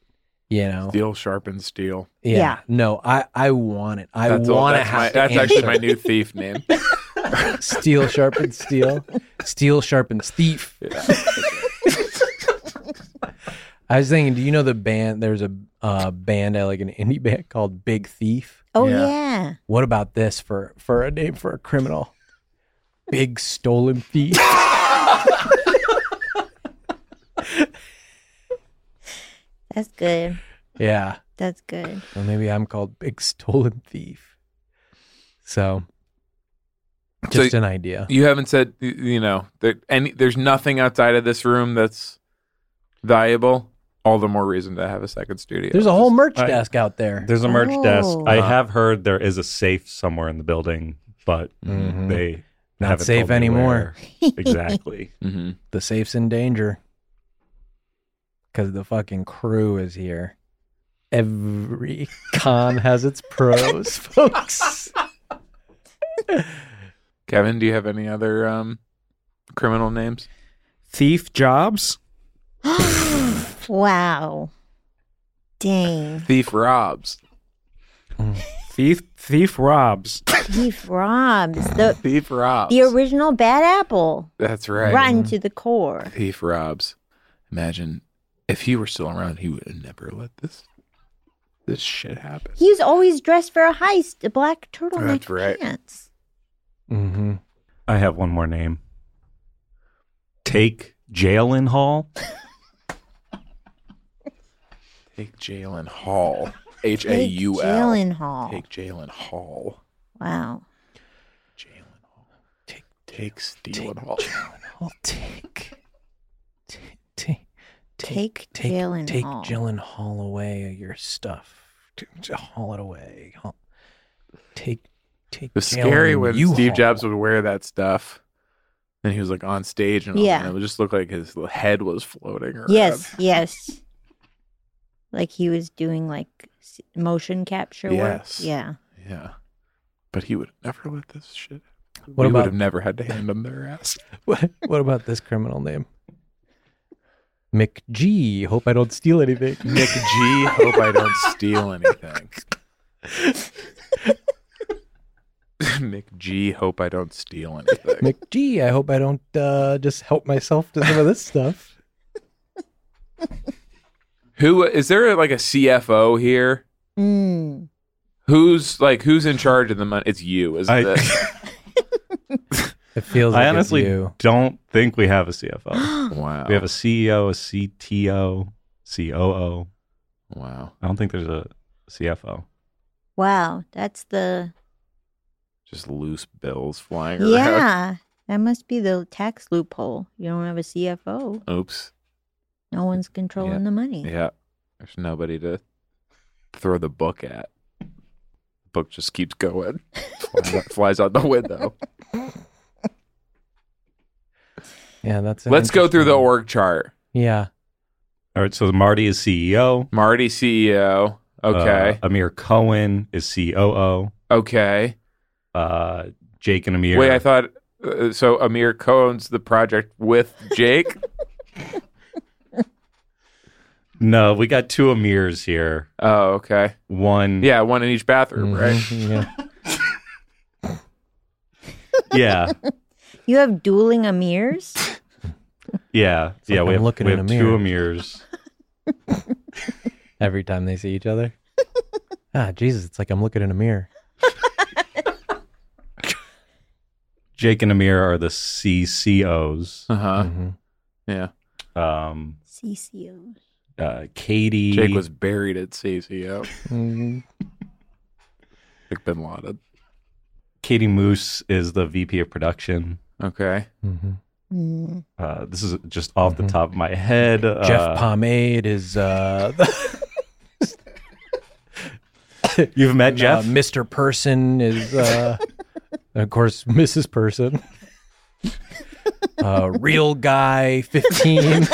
S2: you know.
S3: Steel sharpens steel.
S2: Yeah,
S4: Yeah.
S2: no, I I want it. I
S3: all-
S2: want to
S3: that's my-
S2: have
S3: That's
S2: to
S3: actually
S2: answer.
S3: my new thief name.
S2: steel sharpens steel, steel sharpens thief. I was thinking, do you know the band? There's a uh, band, uh, like an indie band called Big Thief.
S4: Oh
S3: Yeah.
S4: yeah,
S2: What about this for for a name for a criminal? Big stolen thief.
S4: that's good.
S2: yeah,
S4: That's good.
S2: well, maybe I'm called Big Stolen Thief. So,
S3: So-
S2: just an idea.
S3: You haven't said y- you know that any. There's nothing outside of this room that's valuable. All the more reason to have a second studio.
S2: There's a whole merch
S6: I-
S2: desk out there.
S6: There's a merch
S4: Oh.
S6: desk. I
S3: Uh-huh.
S6: have heard there is a safe somewhere in the building, but
S2: Mhm.
S6: they
S2: Not
S6: haven't
S2: safe
S6: told me
S2: anymore.
S6: where. exactly.
S3: Mhm.
S2: the safe's in danger because the fucking crew is here. Every con has its pros, folks.
S3: Kevin, do you have any other um, criminal names?
S5: Thief Jobs?
S4: wow, dang,
S3: Thief Robs.
S5: Thief Thief Robs.
S4: Thief Robs the
S3: Thief Robs.
S4: the original Bad Apple,
S3: That's right.
S4: run to the core.
S3: Thief Robs. Imagine if he were still around, he would have never let this this shit happen.
S4: He's always dressed for a heist, the black turtleneck
S3: That's right.
S4: pants.
S2: hmm
S6: I have one more name. Take Jalen Hall.
S3: Take Jalen Hall. H A
S4: Take
S3: U L.
S4: Hall.
S3: Take Jalen Hall.
S4: Wow.
S3: Jalen Hall. Take take Steven Hall.
S2: I'll take, take, take,
S4: Take
S2: take,
S4: Jalen
S2: take
S4: Hall.
S2: Jalen Hall away your stuff. T- t- Haul it away. Haul- Take, take.
S3: It was scary
S2: Jalen
S3: when
S2: U-Haul.
S3: Steve Jobs would wear that stuff. And he was like on stage and, all,
S4: Yeah.
S3: and it would just look like his head was floating around.
S4: Yes, yes. Like he was doing like s- motion capture
S3: Yes.
S4: work. Yeah.
S3: Yeah. But he would never let this shit happen.
S2: What
S3: we
S2: about-
S3: would have never had to hand him their ass.
S2: What, what about this criminal name? McG. Hope I don't steal anything.
S3: Nick G, hope I don't steal anything. Nick G, hope I don't steal anything.
S2: McG. I hope I don't uh, just help myself to some of this stuff.
S3: Who is there like a CFO here?
S4: Mm.
S3: Who's like who's in charge of the money? It's you, isn't
S6: I-
S3: it?
S2: It feels.
S6: I
S2: like it's
S6: honestly
S2: you.
S6: don't think we have a CFO.
S3: wow.
S6: we have a CEO, a CTO, COO.
S3: wow.
S6: I don't think there's a CFO.
S4: Wow. That's the.
S3: Just loose bills flying
S4: Yeah. That must be the tax loophole. You don't have a CFO.
S3: around. Oops.
S4: No one's controlling the money.
S3: Yeah. There's nobody to throw the book at. book just keeps going. flies, out, flies out the window.
S2: Yeah, that's. an
S3: Let's go through the
S2: interesting-
S3: org chart.
S2: Yeah.
S6: All right. So Marty is CEO.
S3: Marty CEO. Okay.
S6: Uh, Amir Cohen is COO.
S3: okay.
S6: Uh, Jake and Amir.
S3: Wait, I thought uh, so Amir co-owns the project with Jake.
S6: No, we got two Amirs here.
S3: oh, okay.
S6: One.
S3: Yeah, one in each bathroom,
S2: Mm-hmm.
S3: right?
S2: Yeah.
S6: Yeah.
S4: You have dueling emirs?
S6: Yeah.
S2: like
S6: yeah.
S2: I'm
S6: we have,
S2: looking
S6: we
S2: in
S6: have
S2: a
S6: two Amirs.
S2: Every time they see each other. ah, Jesus! It's like I'm looking in a mirror.
S6: Jake and Amir are the CCOs.
S3: Uh-huh.
S2: Mhm.
S3: Yeah.
S6: Um,
S4: CCO.
S6: uh, Katie.
S3: Jake was buried at E CCO.
S2: Mhm.
S3: Like Bin Laden.
S6: Katie Moose is the VP of production.
S3: Okay.
S2: Mhm.
S4: Mm.
S6: Uh, this is just off the top of my head.
S2: Mm-hmm. Jeff
S6: uh,
S2: Pomade is uh,
S6: You've met
S2: uh,
S6: Jeff.
S2: Mr. Person is, uh, of course, Mrs. Person. Uh, real guy 15.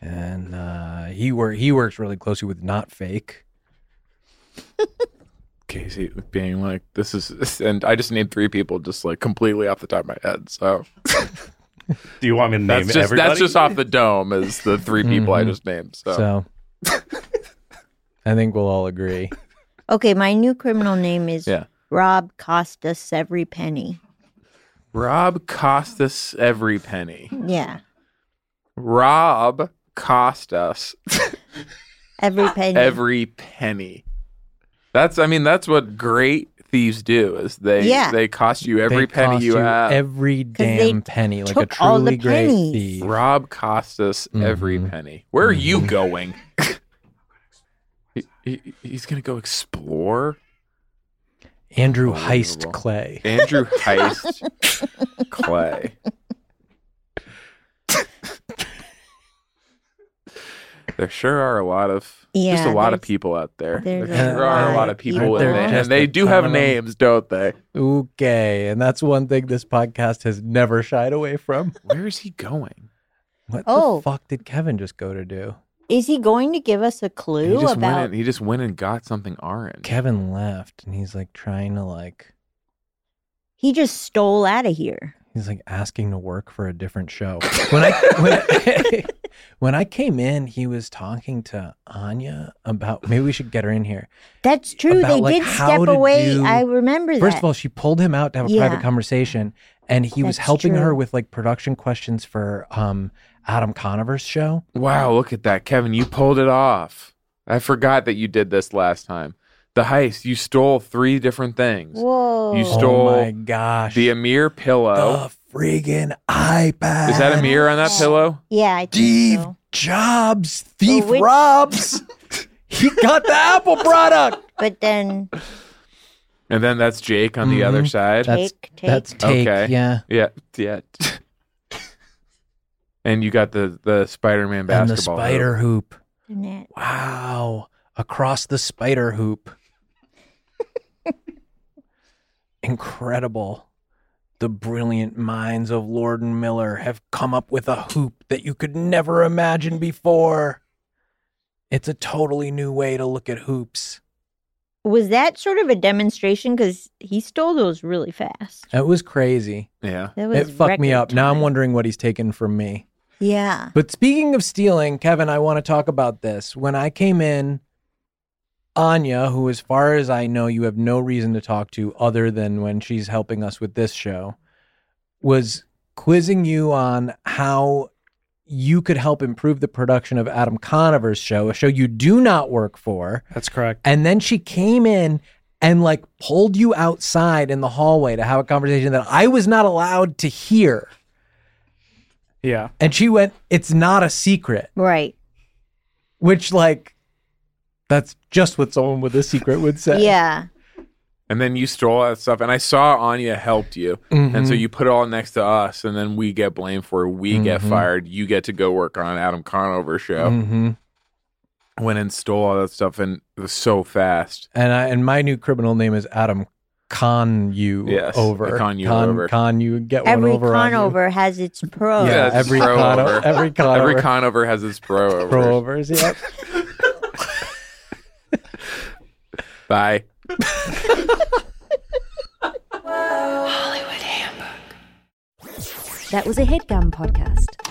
S2: and uh, he wor- he works really closely with Not Fake.
S3: Casey being like, this is, and I just named three people just like completely off the top of my head. So
S6: Do you want me to name
S3: that's just,
S6: everybody?
S3: that's just off the dome is the three people I
S2: Mhm.
S3: just named. So,
S2: So I think we'll all agree.
S4: Okay, my new criminal name is
S3: Yeah.
S4: Rob Costas Every Penny.
S3: Rob cost us every penny.
S4: Yeah.
S3: Rob cost us
S4: Every penny.
S3: every penny. That's, I mean, that's what great thieves do is they,
S4: Yeah.
S3: they cost you
S2: They
S3: every penny
S2: cost
S3: you have.
S2: Every
S4: they
S2: damn penny, like a
S4: took all
S2: truly
S4: the
S2: great
S4: pennies.
S2: thief.
S3: Rob Costas every
S2: Mhm.
S3: penny. Where are you going? He- he- he's gonna go explore
S2: Andrew
S3: Unbelievable.
S2: Heist Clay.
S3: Andrew Heist Clay. there sure are a lot of just a
S4: Yeah,
S3: lot of
S4: there's-
S3: people out there. There
S4: there's
S2: a
S3: sure are a
S2: lot
S3: lot of
S4: of
S3: people,
S2: people.
S3: and
S2: They're
S3: they,
S2: just
S3: and they
S2: a
S3: do
S2: ton
S3: have
S2: of them.
S3: names, don't they?
S2: Okay. And that's one thing this podcast has never shied away from.
S3: Where is he going?
S2: What
S4: Oh.
S2: the fuck did Kevin just go to do?
S4: Is he going to give us a
S3: He
S4: clue
S3: just went.
S4: about
S3: And, he just went and got something orange.
S2: Kevin left and he's like trying to like
S4: he just stole out of here.
S2: he's like asking to work for a different show. When I when I, when I came in, he was talking to Anya about maybe we should get her in here.
S4: That's true.
S2: About,
S4: they
S2: like,
S4: did
S2: how
S4: step
S2: to
S4: away.
S2: do-
S4: I remember that.
S2: First of all, she pulled him out to have a
S4: Yeah.
S2: private conversation and he was
S4: That's
S2: helping
S4: true.
S2: her with like production questions for um Adam Conover's show.
S3: Wow, look at that, Kevin. You pulled it off. I forgot that you did this last time. The heist, you stole three different things.
S4: whoa.
S3: you stole-
S2: Oh my gosh.
S3: The Amir pillow.
S2: the freaking iPad.
S3: Is that Amir on that pillow?
S4: yeah, I think
S2: Steve
S4: so.
S2: Jobs, Thief
S4: Well, which-
S2: Robs. he got the Apple product.
S4: But then
S3: And then that's Jake on the
S2: Mhm.
S3: other side.
S2: That's
S4: take, take.
S2: that's take.
S3: Okay.
S2: Yeah.
S3: yeah, yeah. and you got the the Spider-Man
S2: And the
S3: basketball. hoop.
S2: spider hoop.
S4: and that-
S2: Wow. Across the spider hoop. Incredible. The brilliant minds of Lord and Miller have come up with a hoop that you could never imagine before. It's a totally new way to look at hoops.
S4: was that sort of a demonstration? Because he stole those really fast.
S2: That was crazy.
S3: Yeah.
S4: That was
S2: It fucked me
S4: record
S2: up. Now I'm
S4: time.
S2: wondering what he's taken from me.
S4: Yeah.
S2: But speaking of stealing, Kevin, I want to talk about this. When I came in, Anya, who, as far as I know, you have no reason to talk to other than when she's helping us with this show, was quizzing you on how you could help improve the production of Adam Conover's show, a show you do not work for.
S9: That's correct.
S2: And then she came in and like pulled you outside in the hallway to have a conversation that I was not allowed to hear.
S9: Yeah.
S2: And she went, It's not a secret.
S4: Right.
S2: which like that's just what someone with a secret would say
S4: Yeah.
S3: And then you stole all that stuff. And I saw Anya helped you.
S2: Mm-hmm.
S3: And so you put it all next to us. And then we get blamed for it. We get
S2: Mm-hmm.
S3: fired. You get to go work on Adam Conover show.
S2: hmm Mm-hmm.
S3: Went and stole all that stuff. And it was so fast.
S2: And I, and my new criminal name is Adam Con you
S3: Yes,
S2: over.
S3: I con you
S2: con,
S3: over.
S2: Con you get
S4: Every
S2: one over on you.
S4: conover has its pros.
S2: Yeah,
S3: Yeah, it's
S2: every
S3: pro
S2: con
S3: over.
S2: every con
S3: Every
S2: over.
S3: conover has its bro over.
S2: pro overs. Yep.
S3: Bye.
S1: That was a headgum podcast.